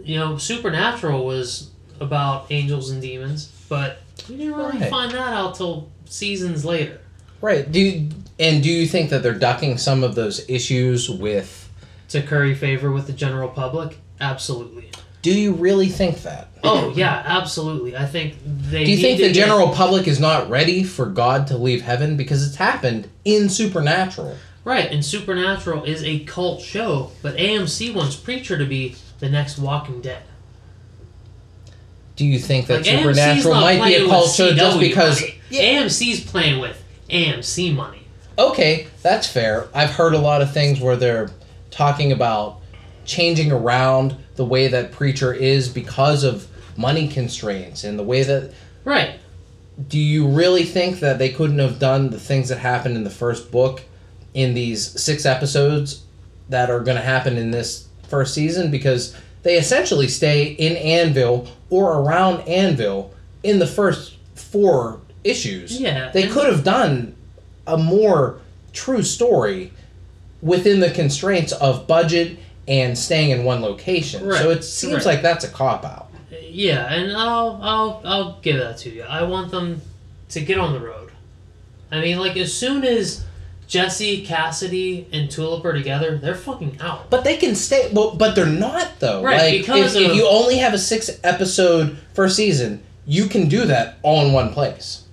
you know, Supernatural was about angels and demons, but we didn't really Right. find that out till seasons later. Right. Do you, and do you think that they're ducking some of those issues with To curry favor with the general public, absolutely. Do you really think that? Oh yeah, absolutely. I think they. Do you need think to the get- general public is not ready for God to leave heaven because it's happened in Supernatural? right? And Supernatural is a cult show, but AMC wants Preacher to be the next Walking Dead. Do you think that Like, AMC's Supernatural not might be playing a with cult show just CW because? money. AMC's playing with AMC money. Okay, that's fair. I've heard a lot of things where they're talking about changing around the way that preacher is because of money constraints and the way that. Right. Do you really think that they couldn't have done the things that happened in the first book in these six episodes that are going to happen in this first season because they essentially stay in Anvil or around Anvil in the first four issues? Yeah. they and- could have done a more true story within the constraints of budget and staying in one location. Right, So it right. seems like that's a cop out. Yeah, and I'll I'll I'll give that to you. I want them to get on the road. I mean, like as soon as Jesse, Cassidy, and Tulip are together, they're fucking out. But they can stay. Well, but they're not though. Right, Like, because if, if of- you only have a six episode first season, you can do that all in one place.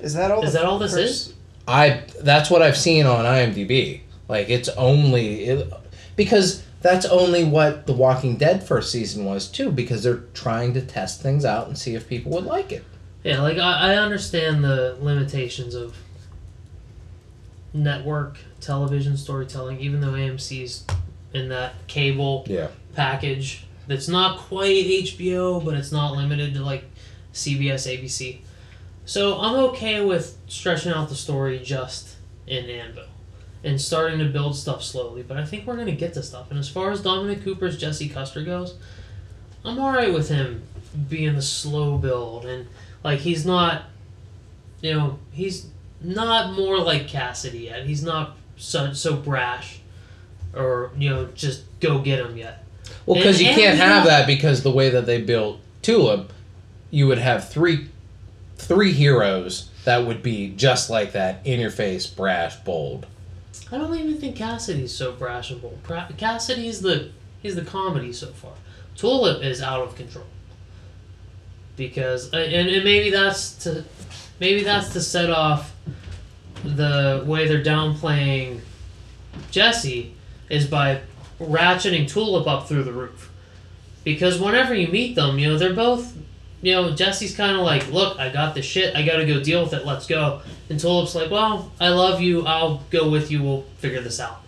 Is that all? Is the that all this first- is? I that's what I've seen on IMDb. Like it's only it, because that's only what The Walking Dead first season was too. Because they're trying to test things out and see if people would like it. Yeah, like I, I understand the limitations of network television storytelling, even though AMC's in that cable Yeah. package that's not quite HBO, but it's not limited to like CBS, ABC. So I'm okay with stretching out the story just in Anvil and starting to build stuff slowly, but I think we're going to get to stuff. And as far as Dominic Cooper's Jesse Custer goes, I'm alright with him being the slow build and like he's not, you know, he's not more like Cassidy yet. He's not so, so brash or, you know, just go get him yet. Well, because And- you and can't you have know- that because the way that they built Tulip, you would have three three heroes that would be just like that, in your face, brash, bold. I don't even think Cassidy's so brash and bold. Pra- Cassidy's the he's the comedy so far. Tulip is out of control because uh, and, and maybe that's to maybe that's to set off the way they're downplaying Jesse is by ratcheting Tulip up through the roof because whenever you meet them, you know they're both. You know, Jesse's kind of like, look, I got this shit. I got to go deal with it. Let's go. And Tulip's like, well, I love you. I'll go with you. We'll figure this out.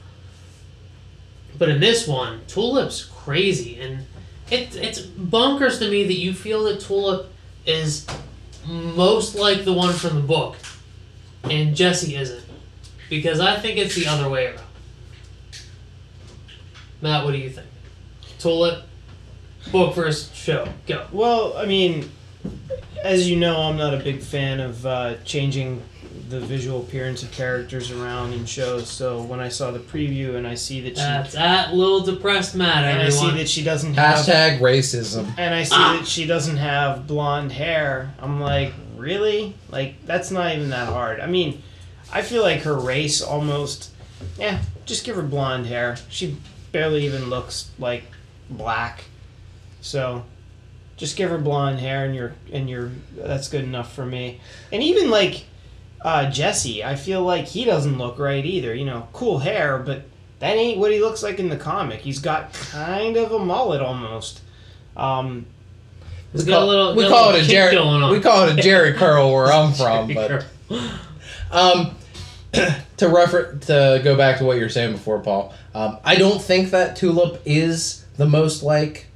But in this one, Tulip's crazy, and it it's bonkers to me that you feel that Tulip is most like the one from the book, and Jesse isn't, because I think it's the other way around. Matt, what do you think? Tulip, book versus show, go. Well, I mean, as you know, I'm not a big fan of uh, changing the visual appearance of characters around in shows. So when I saw the preview and I see that she That's at little depressed Matt, and I see everyone. that she doesn't have Hashtag racism. and I see that she doesn't have blonde hair, I'm like, really? Like that's not even that hard. I mean, I feel like her race almost. Yeah, just give her blonde hair. She barely even looks like black. So, just give her blonde hair and your and your that's good enough for me. And even like uh, Jesse, I feel like he doesn't look right either. You know, cool hair, but that ain't what he looks like in the comic. He's got kind of a mullet almost. Um, we got a little, we got a call it little a kick Jerry. going on. We call it a Jerry curl where I'm from. But um, to refer to go back to what you were saying before, Paul. Um, I don't think that Tulip is the most like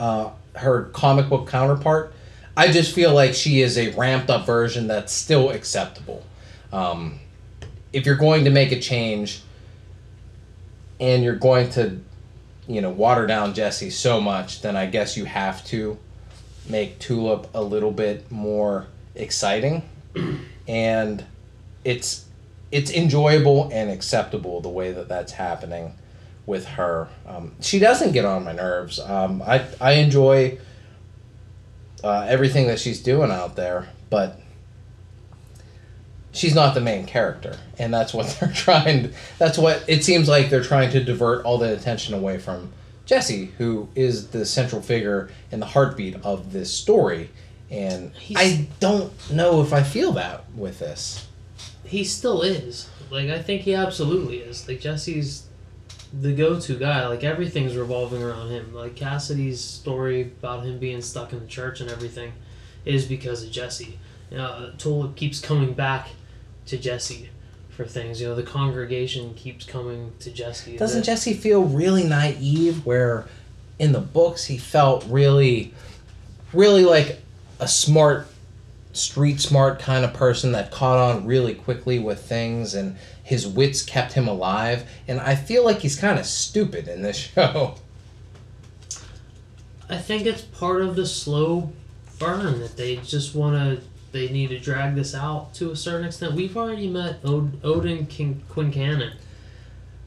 uh, her comic book counterpart. I just feel like she is a ramped up version that's still acceptable. Um, if you're going to make a change, and you're going to, you know, water down Jesse so much, then I guess you have to make Tulip a little bit more exciting, and it's it's enjoyable and acceptable the way that that's happening with her. Um, she doesn't get on my nerves. Um, I I enjoy uh, everything that she's doing out there, but she's not the main character, and that's what they're trying. That's what it seems like they're trying to divert all the attention away from Jesse, who is the central figure and the heartbeat of this story. And I don't know if I feel that with this. he still is. Like I think he absolutely is. Like Jesse's the go-to guy. Like everything's revolving around him. Like Cassidy's story about him being stuck in the church and everything is because of Jesse. You know, Tulip keeps coming back to Jesse for things. You know, the congregation keeps coming to Jesse. Doesn't The- Jesse feel really naive? Where in the books he felt really, really like a smart, street smart kind of person that caught on really quickly with things and his wits kept him alive. And I feel like he's kind of stupid in this show. I think it's part of the slow burn that they just want to. They need to drag this out to a certain extent. We've already met Od- Odin King- Quincannon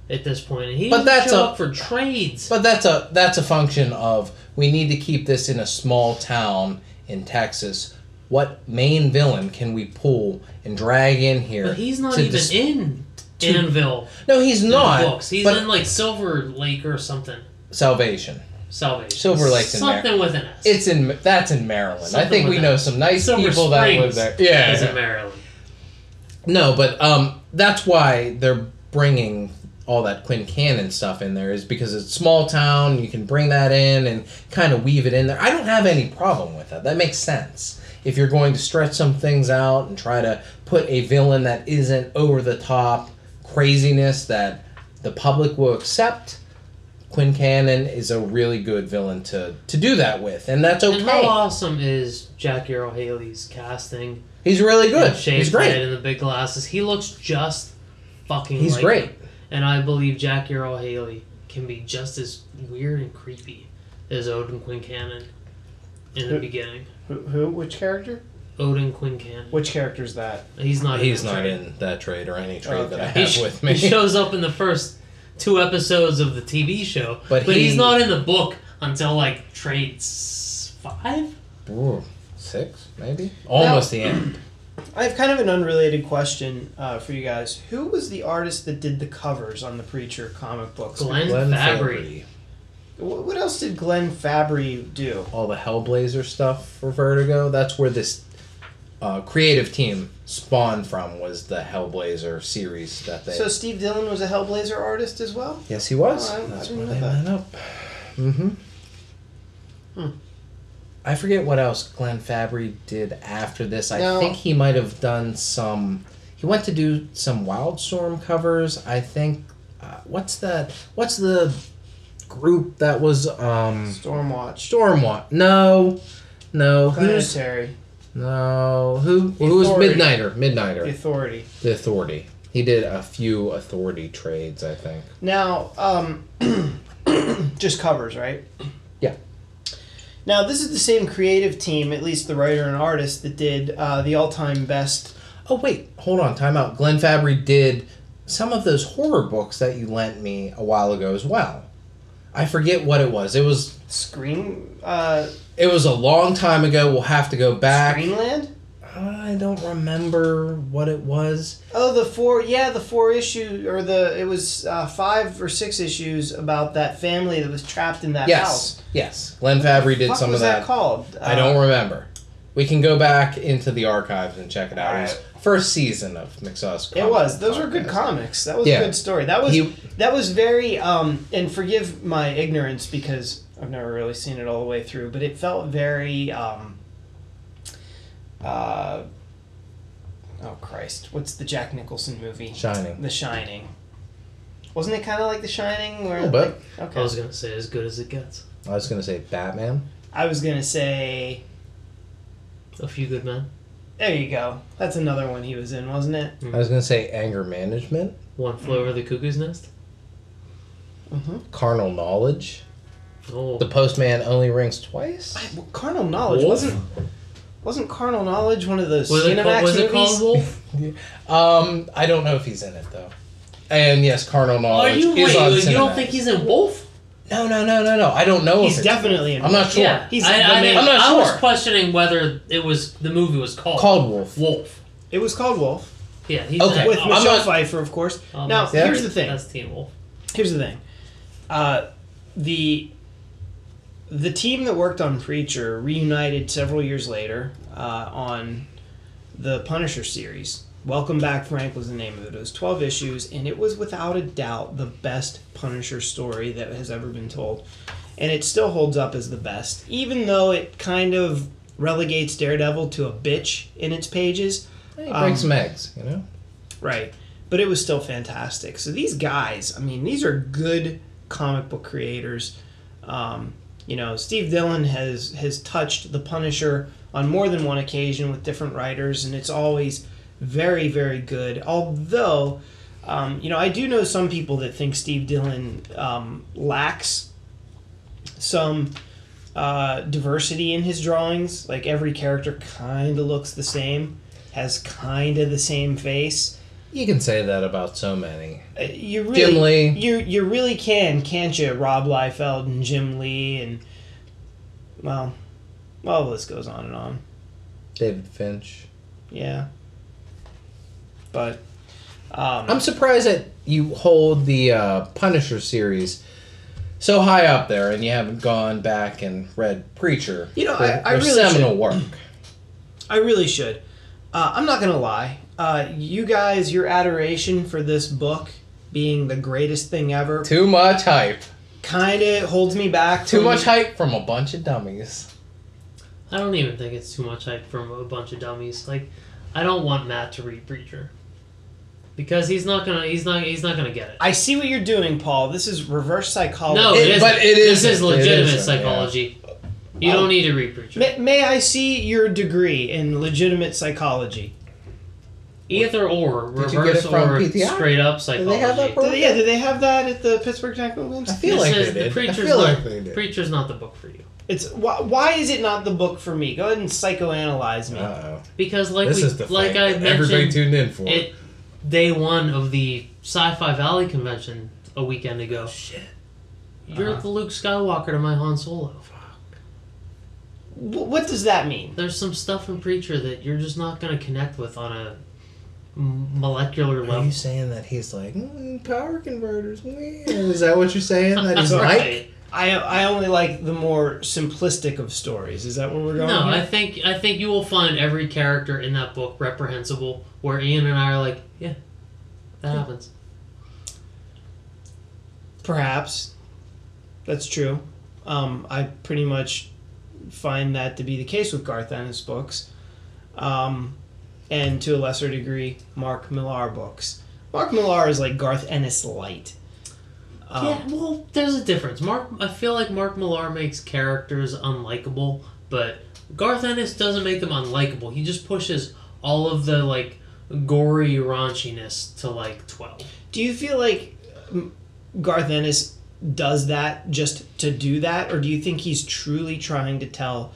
at this point, and he But didn't that's show a- up for trades. But that's a that's a function of we need to keep this in a small town in Texas. What main villain can we pull and drag in here? But he's not to even dis- in to- Anvil No, he's in not. the books. He's but in like Silver Lake or something. Salvation. Salvation. Silver Lake's in there. something with an S. It's in that's in Maryland. I Something think with we that. know some nice Silver people that live Springs. there. Is in Yeah. Maryland. No, but um, that's why they're bringing all that Quinn Cannon stuff in there is because it's small town. You can bring that in and kind of weave it in there. I don't have any problem with that. That makes sense. If you're going to stretch some things out and try to put a villain that isn't over the top craziness that the public will accept, Quinn Cannon is a really good villain to to do that with, and that's okay. And how awesome is Jack Earl Haley's casting? He's really good. and shaved He's great. head and the big glasses. He looks just fucking. He's like great. him. And I believe Jack Earl Haley can be just as weird and creepy as Odin Quincannon in the Who- beginning. who, who? Which character? Odin Quincannon. Which character is that? He's not. He's in not that trade. in that trade or any trade trade that that I I He, have sh- with me. he shows up in the first two episodes of the TV show, But but, he- he's not in the book until like trade s- five. Ooh, six, maybe? Almost the end. I have kind of an unrelated question uh, for you guys. Who was the artist that did the covers on the Preacher comic books? Glenn, Glenn Fabry. Fabry. Wh- What else did Glenn Fabry do? All the Hellblazer stuff for Vertigo. That's where this uh, creative team spawned from was the Hellblazer series that they. So Steve Dillon was a Hellblazer artist as well. yes, he was. Oh, I- I That's didn't where know they that. went up. Mm-hmm. Hmm. I forget what else Glenn Fabry did after this. I No. think he might have done some. He went to do some Wildstorm covers. I think. Uh, what's that? What's the group that was um Stormwatch. Stormwatch? No, no. Who's Planetary. no? Who? Who was Authority. Midnighter? Midnighter. The Authority. the Authority. He did a few Authority trades. I think. Now, um, just covers, right? Yeah. Now, this is the same creative team, at least the writer and artist, that did uh, the all-time best Oh wait, hold on, time out. Glenn Fabry did some of those horror books that you lent me a while ago as well. I forget what it was. It was Screen, uh, it was a long time ago. We'll have to go back. Greenland. I don't remember what it was. Oh, the four, yeah, the four issue or the it was uh, five or six issues about that family that was trapped in that house. Yes, yes. Glenn Fabry did what some was of that. that called? Uh, I don't remember. We can go back into the archives and check it out. It was first season of McSauce. It was. Those were good Podcast. comics. That was Yeah. a good story. That was He- that was very um and forgive my ignorance because I've never really seen it all the way through, but it felt very um uh Oh Christ. What's the Jack Nicholson movie? Shining. The Shining. Wasn't it kind of like The Shining where A little bit. like- okay. I was gonna say as good as it gets. I was gonna say Batman. going to say A few good men. there you go. That's another one he was in, wasn't it? I was gonna say anger management, One flew over the cuckoo's nest. carnal knowledge. Oh, The postman only rings twice. Well, carnal knowledge Wolf? wasn't wasn't carnal knowledge one of those was it, Cinemax called, was it movies? called Wolf? Um, I don't know if he's in it though. And yes, carnal Are knowledge you is on wait, you don't Cinemax. think he's in Wolf? No, no, no, no, no. I don't know. He's if it's- definitely in. I'm not sure. Yeah, He's I, the I, man. I, I'm not was sure. questioning whether it was the movie was called Called Wolf. Wolf. It was called Wolf Yeah, he's Okay. not- with oh, I'm Michelle not- Pfeiffer, of course. oh, now, that's- Yeah. here's the thing. That's Teen Wolf. Here's the thing. Uh, the the team that worked on Preacher reunited several years later uh, on the Punisher series. Welcome Back, Frank was the name of it. It was 12 issues, and it was without a doubt the best Punisher story that has ever been told. And it still holds up as the best, even though it kind of relegates Daredevil to a bitch in its pages. He breaks Um, some eggs, you know. Right. But it was still fantastic. So these guys, I mean, these are good comic book creators. Um, you know, Steve Dillon has has touched the Punisher on more than one occasion with different writers, and it's always very, very good. Although, um, you know, I do know some people that think Steve Dillon um, lacks some uh, diversity in his drawings. Like every character kind of looks the same, has kind of the same face You can say that about so many. you really, Jim Lee. You you really can, can't you? Rob Liefeld and Jim Lee and well, well, the list goes on and on. David Finch. Yeah, but um, I'm surprised that you hold the uh, Punisher series so high up there, and you haven't gone back and read Preacher. You know, I- their- I their really seminal work. I really should. Uh, I'm not gonna lie. Uh, you guys, your adoration for this book being the greatest thing ever Too much hype. kind of holds me back. Too from- much hype from a bunch of dummies. I don't even think it's too much hype from a bunch of dummies. Like, I don't want Matt to read Preacher because he's not gonna. He's not. He's not gonna get it. I see what you're doing, Paul. This is reverse psychology. No, Oh, it It- isn't. but it This isn't. is It legitimate isn't, yeah. Oh. psychology. You don't need to read Preacher. May, may I see your degree in legitimate psychology? Either or, reverse Did you get it from or PTI? straight up Do psychology. they have that Do program? they- yeah, do they have that at the Pittsburgh Technical Games? I feel It like says they the did. I preacher's feel not- like they did. Preacher's not the book for you It's why, why is it not the book for me? Go ahead and psychoanalyze me. Uh. Uh-oh. because, like This we, is the like fight I that mentioned, everybody tuned in for. it day one of the Sci-Fi Valley convention a weekend ago. shit. You're Uh-huh. the Luke Skywalker to my Han Solo. Wh- what does that mean? There's some stuff in Preacher that you're just not going to connect with on a m- molecular Are you level. saying that he's like mm, power converters? mm," Is that what you're saying? That he's like? Right. I I only like the more simplistic of stories. Is that where we're going? No, here? I think I think you will find every character in that book reprehensible. Where Ian and I are like, yeah, that happens. perhaps that's true. Um, I pretty much find that to be the case with Garth Ennis books, um, and to a lesser degree, Mark Millar books. Mark Millar is like Garth Ennis light. Um, yeah, well, there's a difference. Mark, I feel like Mark Millar makes characters unlikable, but Garth Ennis doesn't make them unlikable. He just pushes all of the like gory raunchiness to like twelve. Do you feel like um, Garth Ennis does that just to do that, or do you think he's truly trying to tell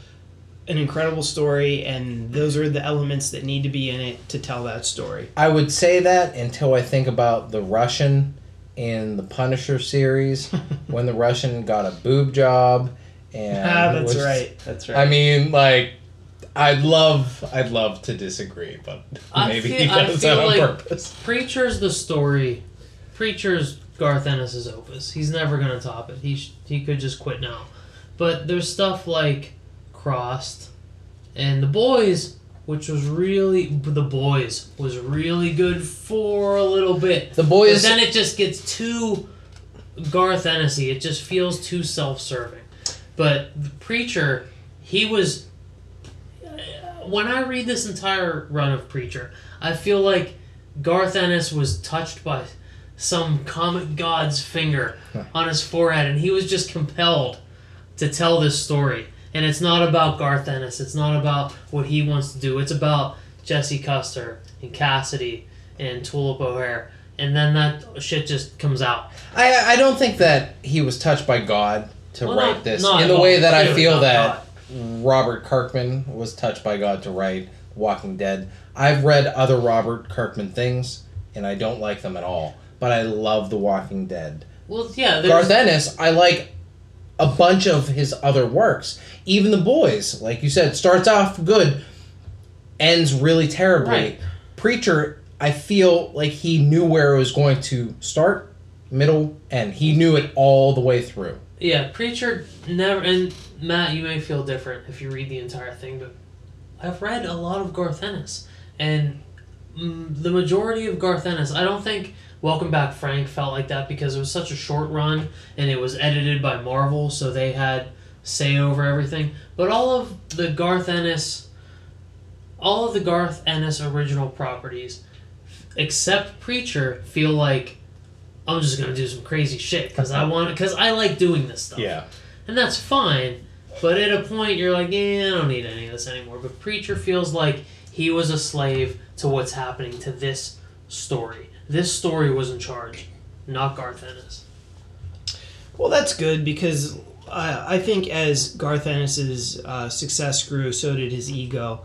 an incredible story, and those are the elements that need to be in it to tell that story. I would say that until I think about the Russian in the Punisher series when the Russian got a boob job and ah, that's was- right. That's right. I mean, like, I'd love, I'd love to disagree, but I maybe feel- he I does feel that on like- purpose. Preacher's the story. Preacher's Garth Ennis's opus. He's never gonna top it. He sh- he could just quit now. But there's stuff like Crossed and The Boys, which was really The Boys was really good for a little bit. The But boys. then it just gets too Garth Ennis-y. It just feels too self-serving. But the Preacher, he was. uh, When I read this entire run of Preacher, I feel like Garth Ennis was touched by some comic god's finger on his forehead, and he was just compelled to tell this story. And it's not about Garth Ennis. It's not about what he wants to do. It's about Jesse Custer and Cassidy and Tulip O'Hare. And then that shit just comes out. I, I don't think that he was touched by God to Well, write not- this not in at the all. way that I Clearly feel not that Robert Kirkman was touched by God to write Walking Dead. I've read other Robert Kirkman things, and I don't like them at all. But I love The Walking Dead. Well, yeah, there's, Garth Ennis, I like a bunch of his other works. Even The Boys, like you said, starts off good, ends really terribly. Right. Preacher, I feel like he knew where it was going to start, middle, and he knew it all the way through. yeah, Preacher never. And Matt, you may feel different if you read the entire thing, but I've read a lot of Garth Ennis, and mm, the majority of Garth Ennis, I don't think Welcome Back Frank felt like that because it was such a short run and it was edited by Marvel, so they had say over everything. But all of the Garth Ennis, all of the Garth Ennis original properties, except Preacher, feel like I'm just gonna do some crazy shit because I want because I like doing this stuff and that's fine. But at a point, you're like, eh, I don't need any of this anymore. But Preacher feels like he was a slave to what's happening to this story. This story was in charge, not Garth Ennis. Well, that's good because I, I think as Garth Ennis's uh, success grew, so did his ego,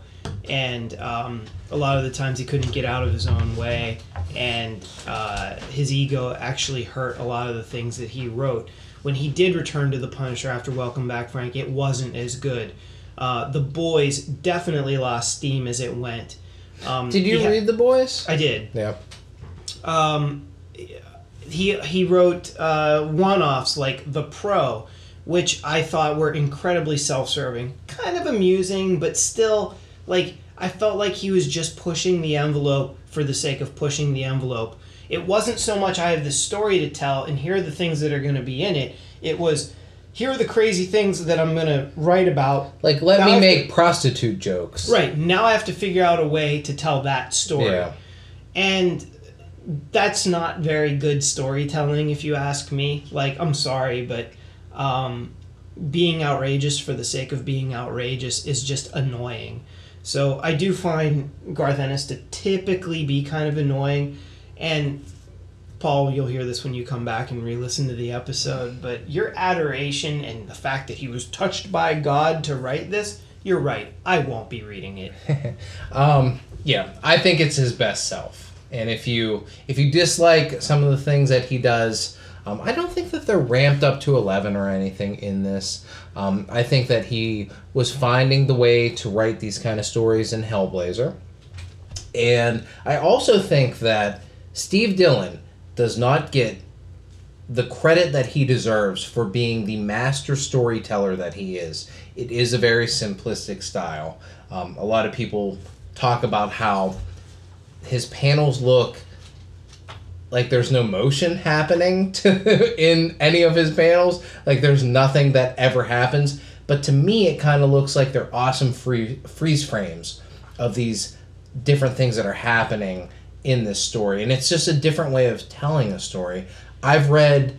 and um, a lot of the times he couldn't get out of his own way, and uh, his ego actually hurt a lot of the things that he wrote. When he did return to the Punisher after Welcome Back, Frank, it wasn't as good. Uh, the boys definitely lost steam as it went. Um, Did you he ha- read The Boys? I did Yeah. um, he he wrote uh, one-offs like The Pro, which I thought were incredibly self-serving, kind of amusing, but still like I felt like he was just pushing the envelope for the sake of pushing the envelope. It wasn't so much I have this story to tell and here are the things that are going to be in it. It was here are the crazy things that I'm going to write about. Like, let Now me I- make prostitute jokes. Right, now I have to figure out a way to tell that story. Yeah. And that's not very good storytelling, if you ask me. Like, I'm sorry, but um, being outrageous for the sake of being outrageous is just annoying. So I do find Garth Ennis to typically be kind of annoying. And Paul, you'll hear this when you come back and re-listen to the episode. But your adoration and the fact that he was touched by God to write this. You're right. I won't be reading it. Um, yeah, I think it's his best self. And if you if you dislike some of the things that he does, um, I don't think that they're ramped up to eleven or anything in this. Um, I think that he was finding the way to write these kind of stories in Hellblazer, and I also think that Steve Dillon does not get the credit that he deserves for being the master storyteller that he is. It is a very simplistic style. Um, a lot of people talk about how his panels look like there's no motion happening to, in any of his panels. Like there's nothing that ever happens. But to me, it kind of looks like they're awesome free, freeze frames of these different things that are happening in this story. And it's just a different way of telling a story. I've read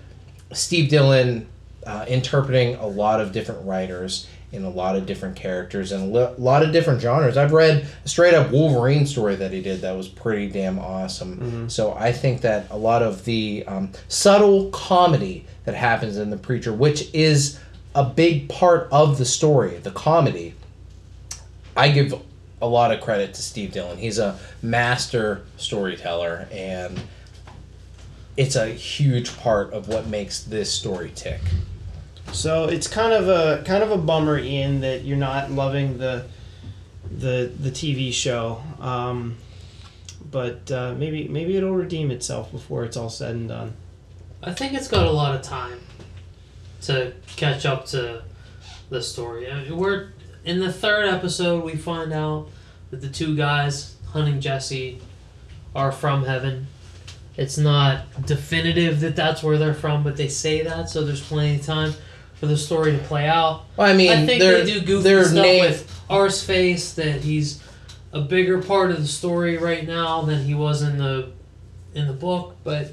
Steve Dillon uh, interpreting a lot of different writers in a lot of different characters and a lo- lot of different genres. I've read a straight up Wolverine story that he did that was pretty damn awesome. So I think that a lot of the um, subtle comedy that happens in The Preacher, which is a big part of the story, the comedy, I give a lot of credit to Steve Dillon. He's a master storyteller, and it's a huge part of what makes this story tick. So it's kind of a kind of a bummer, Ian, that you're not loving the the the TV show. Um, but uh, maybe maybe it'll redeem itself before it's all said and done. I think it's got a lot of time to catch up to the story. I mean, we're in the third episode. We find out that the two guys hunting Jesse are from heaven. It's not definitive that that's where they're from, but they say that, so there's plenty of time for the story to play out. Well, I mean, I think they're, they do goofy they're stuff named- with R's face that he's a bigger part of the story right now than he was in the in the book, but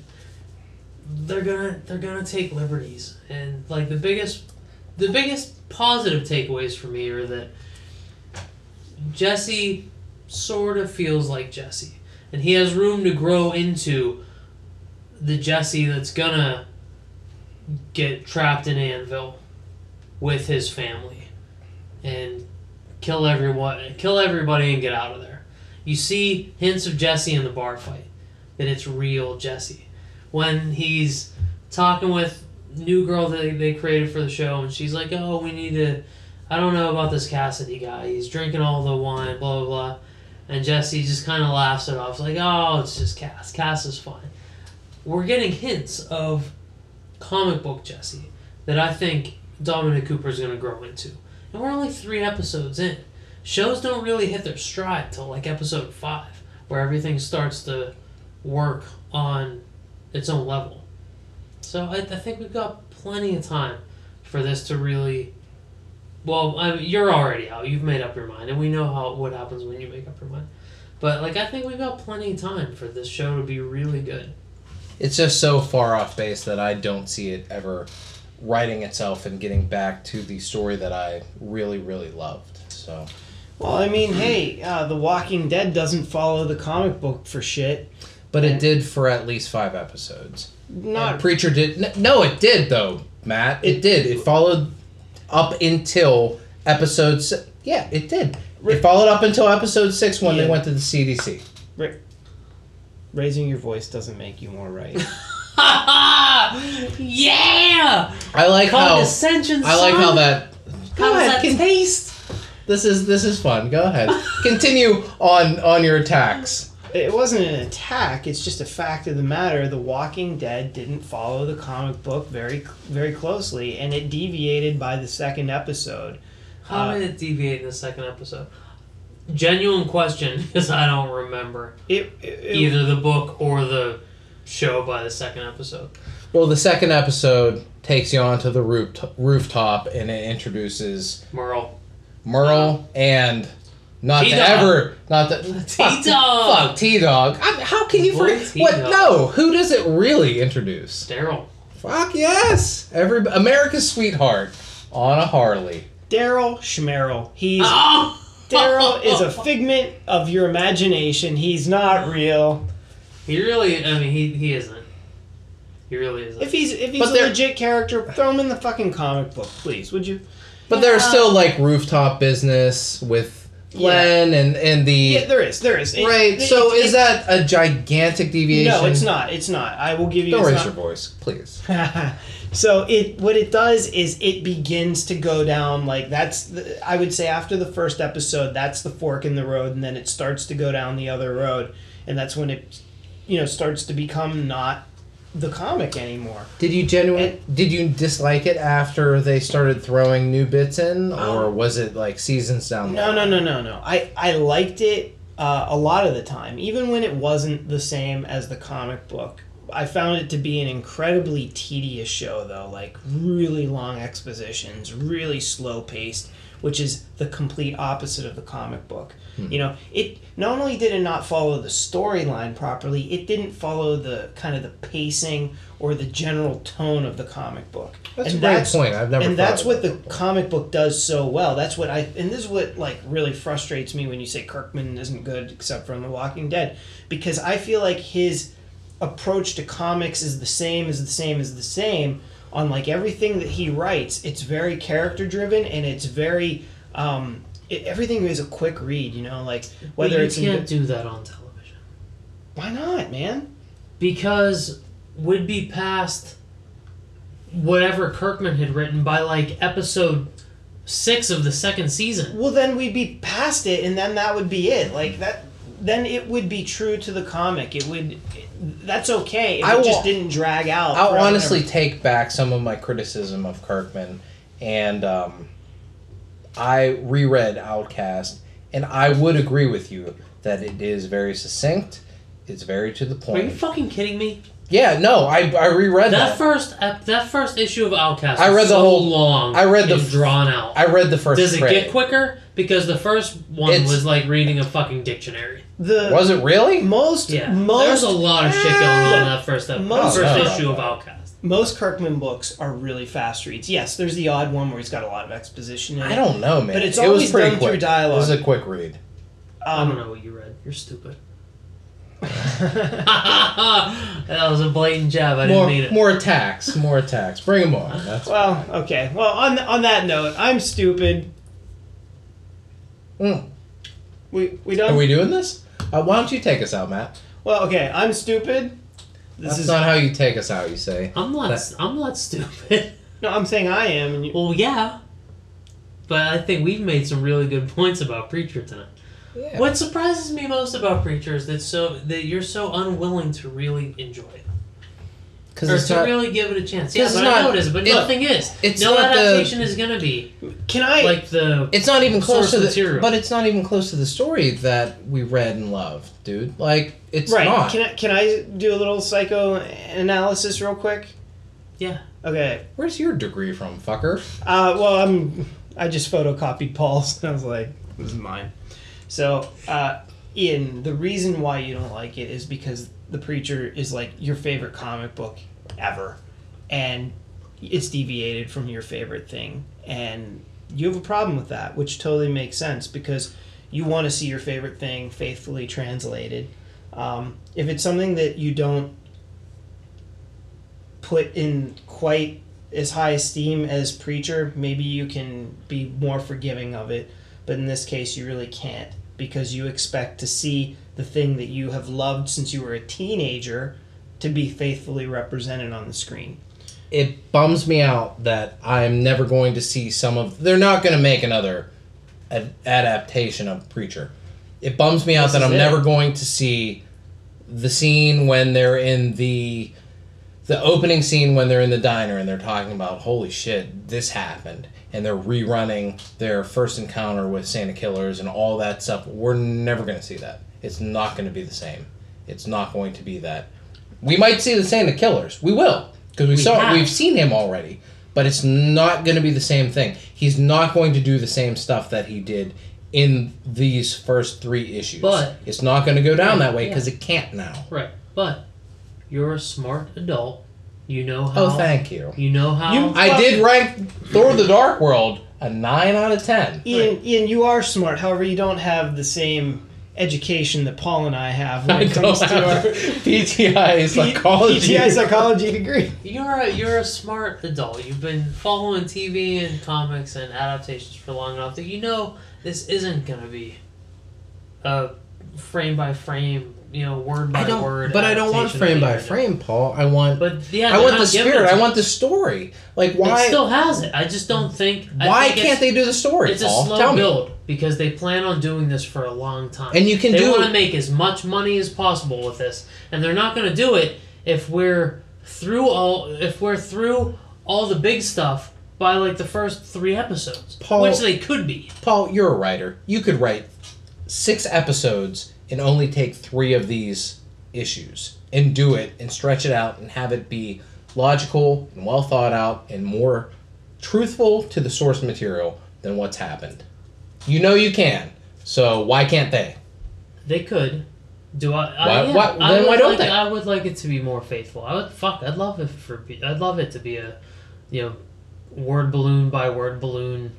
they're gonna they're gonna take liberties and like the biggest the biggest positive takeaways for me are that Jesse sort of feels like Jesse, and he has room to grow into the Jesse that's gonna get trapped in Anvil with his family and kill everyone, kill everybody, and get out of there. You see hints of Jesse in the bar fight, that it's real Jesse. When he's talking with new girl that they created for the show, and she's like, "Oh, we need to." I don't know about this Cassidy guy. He's drinking all the wine, blah blah blah. And Jesse just kind of laughs it off, like, "Oh, it's just Cass. Cass is fine." We're getting hints of comic book Jesse that I think Dominic Cooper's going to grow into. And we're only three episodes in. Shows don't really hit their stride till like episode five, where everything starts to work on its own level. So I, I think we've got plenty of time for this to really. Well, I mean, you're already out. You've made up your mind, and we know how what happens when you make up your mind. But like, I think we've got plenty of time for this show to be really good. it's just so far off base that I don't see it ever writing itself and getting back to the story that I really, really loved. So Well, I mean, hey, uh, The Walking Dead doesn't follow the comic book for shit. But it did for at least five episodes. Not And Preacher did. n- No, it did though, Matt. It, It- did. It followed up until episode. Si- yeah, it did. It followed up until episode six when they Yeah. went to the CDC. raising your voice doesn't make you more right. yeah, I like how. condescension. Oh, I like how son! that. How does that con- taste? this is this is fun. Go ahead. Continue on on your attacks. it wasn't an attack. It's just a fact of the matter. The Walking Dead didn't follow the comic book very very closely, and it deviated by the second episode. How Uh, did it deviate in the second episode? Genuine question, because I don't remember It, it- either the book or the show by the second episode. Well, the second episode takes you onto the roof rooftop and it introduces Merle. Merle and not to T-Dog. ever not to fuck- T-Dog. Fuck T Dog. How can you Boy, forget? T-Dog. What? No. Who does it really introduce? Daryl. Fuck yes. Every America's sweetheart on a Harley. Daryl Schmerl. He's Ah! Oh! Daryl is a figment of your imagination. He's not real. He really, I mean, he, he isn't. He really isn't. If he's if he's But a they're- legit character, throw him in the fucking comic book, please. Would you? But there's Yeah. still like rooftop business with Glenn and and the Yeah, there is. There is. It- right. it- so it- is that a gigantic deviation? No, it's not. It's not. I will give you. Don't it's raise not- your voice, please. so it what it does is it begins to go down like that's the, I would say after the first episode that's the fork in the road and then it starts to go down the other road and that's when it you know starts to become not the comic anymore. Did you genuinely did you dislike it after they started throwing new bits in, or was it like seasons down? the Um, No, no, line? no, no, no. I I liked it uh, a lot of the time, even when it wasn't the same as the comic book. I found it to be an incredibly tedious show, though, like really long expositions, really slow paced, which is the complete opposite of the comic book. Hmm. You know, it not only did it not follow the storyline properly, it didn't follow the kind of the pacing or the general tone of the comic book. That's And a great point. I've never. and thought that's of what that the before. comic book does so well. That's what I and this is what like really frustrates me when you say Kirkman isn't good except for in The Walking Dead because I feel like his approach to comics is the same is the same is the same on like everything that he writes. It's very character driven and it's very um it, everything is a quick read. You know, like whether but you it's in can't good- do that on television why not, man? because would be past whatever Kirkman had written by like episode six of the second season. Well, then we'd be past it, and then that would be it. Like that, then it would be true to the comic. It would. that's okay. If I it just will- didn't drag out. I'll forever and honestly ever. take back some of my criticism of Kirkman, and um, I reread Outcast, and I would agree with you that it is very succinct. It's very to the Are you point. fucking kidding me? Yeah, no, I, I reread That that. first ep- that first issue of Outcast. I was read the so whole- long. I read the and f- drawn out. I read the first. Does it trade. get quicker? Because the first one It's- was like reading a fucking dictionary. the Was it really? most Yeah, most there's a lot of shit going on in that first ep- Most- first Oh, no. issue of Outcast. most Kirkman books are really fast reads. Yes, there's the odd one where he's got a lot of exposition. In I it. don't know, man. But it's it was always pretty done quick. through dialogue. It was a quick read. I don't Um, know what you read. You're stupid. that was a blatant jab. I didn't More, mean it. more attacks. More attacks. Bring them on. That's well, okay. Well, on on that note, I'm stupid. Mm. We we don't. Are we doing this? Uh, why don't you take us out, Matt? well, okay. I'm stupid. This That's is not how you take us out. You say. I'm not. That- I'm not stupid. no. I'm saying I am. And you, well, yeah, but I think we've made some really good points about Preacher tonight. Yeah. What surprises me most about Preacher is that so that you're so unwilling to really enjoy it. Because or it's to not. really give it a chance. 'Cause Yeah, it's but I not- know it is, but it- nothing is. it's no not the- adaptation is gonna be can I? like the. It's not even source close to the material. but it's not even close to the story that we read and loved, dude. Like it's right? not. Can I can I do a little psycho analysis real quick? Yeah. Okay. Where's your degree from, fucker? Uh, well, I'm. I just photocopied Paul's. and I was like, this is mine. So, uh, Ian, the reason why you don't like it is because the preacher is like your favorite comic book ever, and it's deviated from your favorite thing, and you have a problem with that, which totally makes sense because you want to see your favorite thing faithfully translated. Um, if it's something that you don't put in quite as high esteem as preacher maybe you can be more forgiving of it but in this case you really can't because you expect to see the thing that you have loved since you were a teenager to be faithfully represented on the screen It bums me out that I'm never going to see some of. They're not going to make another ad- adaptation of Preacher. It bums me out This that is I'm it. never going to see the scene when they're in the the opening scene when they're in the diner and they're talking about holy shit this happened and they're rerunning their first encounter with Santa killers and all that stuff. We're never going to see that. It's not going to be the same. It's not going to be that. We might see the Santa killers. We will because we, saw have. we've seen him already. But it's not going to be the same thing. He's not going to do the same stuff that he did in these first three issues. But- it's not going to go down that way Yeah. because it can't now. Right. But you're a smart adult. You know how. Oh, thank you. You know how. You- I did rank Thor: The Dark World a nine out of ten. ian ian you are smart however you don't have the same education that paul and i have when I it comes to don't have our PTI psychology. PTI psychology degree you're a you're a smart adult. You've been following TV and comics and adaptations for long enough that you know this isn't gonna be a frame by frame, you know, word by I don't, word. but I don't want adaptation of frame by the frame, Paul. I want. original. But yeah, I they're want the not giving spirit. it to I me. want the story. Like why? It still has it. I just don't think. I why think can't it's, they do the story, It's a Paul? slow Tell me. build because they plan on doing this for a long time. And you can they do- want to make as much money as possible with this, and they're not going to do it if we're through all if we're through all the big stuff by like the first three episodes, Paul- which they could be. Paul, you're a writer. You could write six episodes and only take three of these issues and do it and stretch it out and have it be logical and well thought out and more truthful to the source material than what's happened. You know you can. So why can't they? They could. Do I? Why- I, yeah, why- I then would why don't like, they? I would like it to be more faithful. I would fuck. I'd love it for. be- I'd love it to be a, you know, word balloon by word balloon,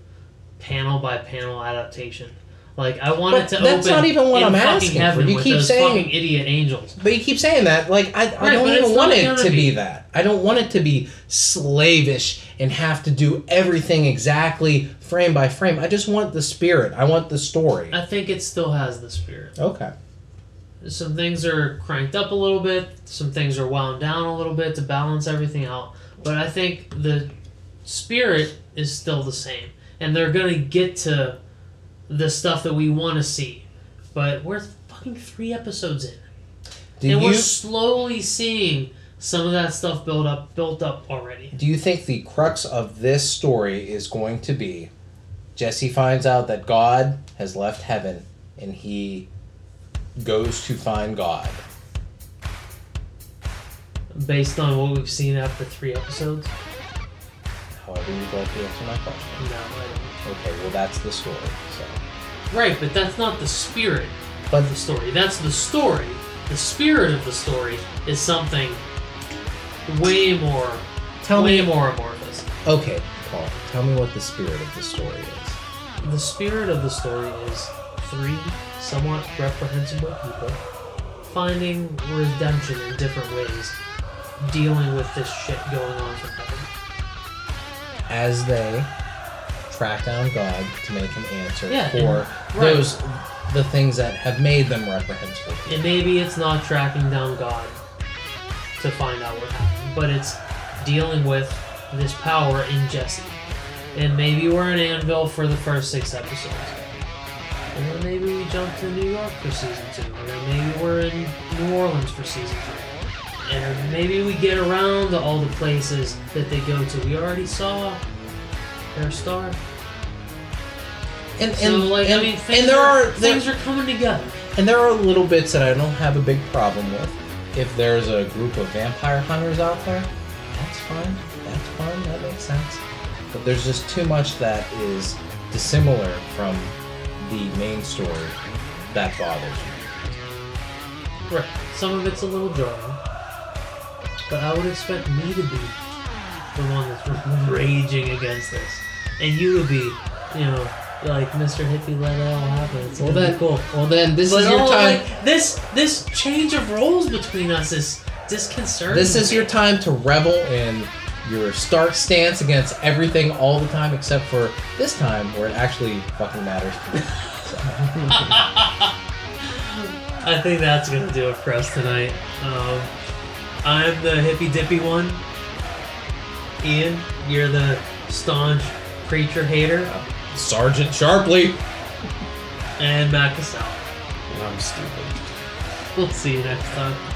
panel by panel adaptation. Like I wanted But to open. that's not even what in I'm fucking asking for. heaven You with keep those saying- fucking idiot angels. But you keep saying that, like I, I Right, don't but even it's want not it gonna to be be. that. I don't want it to be slavish and have to do everything exactly frame by frame. I just want the spirit. I want the story. I think it still has the spirit. Okay. Some things are cranked up a little bit. Some things are wound down a little bit to balance everything out. But I think the spirit is still the same, and they're gonna get to the stuff that we want to see. But we're fucking three episodes in. Do and you we're slowly seeing some of that stuff build up, built up already. do you think the crux of this story is going to be Jesse finds out that God has left heaven and he goes to find God? Based on what we've seen after three episodes, However, you go to answer my question. no, I don't. Okay, well that's the story. So, right? But that's not the spirit but of the story. That's the story. The spirit of the story is something way more, tell way me more amorphous. Okay, Paul, tell me what the spirit of the story is. The spirit of the story is three somewhat reprehensible people finding redemption in different ways, dealing with this shit going on from heaven. As they track down God to make him answer Yeah, for and- right. those the things that have made them reprehensible. And maybe it's not tracking down God to find out what happened, but it's dealing with this power in Jesse. And maybe we're in Anvil for the first six episodes. And then maybe we jump to New York for season two. And then maybe we're in New Orleans for season three. And maybe we get around to all the places that they go to. We already saw their star. And and, So, like, and, I mean, things and there are there, things are coming together. and there are little bits that I don't have a big problem with. If there's a group of vampire hunters out there, that's fine. That's fine. That makes sense. But there's just too much that is dissimilar from the main story that bothers me. Right. Some of it's a little jarring, but I would expect me to be the one that's raging against this, and you to be, you know, like Mr. Hippie, let it all happen. It's Well gonna be then, cool. well then, this But is your all, time. like, this this change of roles between us is disconcerting. this is your time to rebel in your stark stance against everything all the time, except for this time where it actually fucking matters. To you. I think that's gonna do it for us tonight. Um, I'm the hippy dippy one. Ian, you're the staunch preacher hater, Sergeant Sharpley. and Matt Casal. And I'm stupid. We'll see you next time.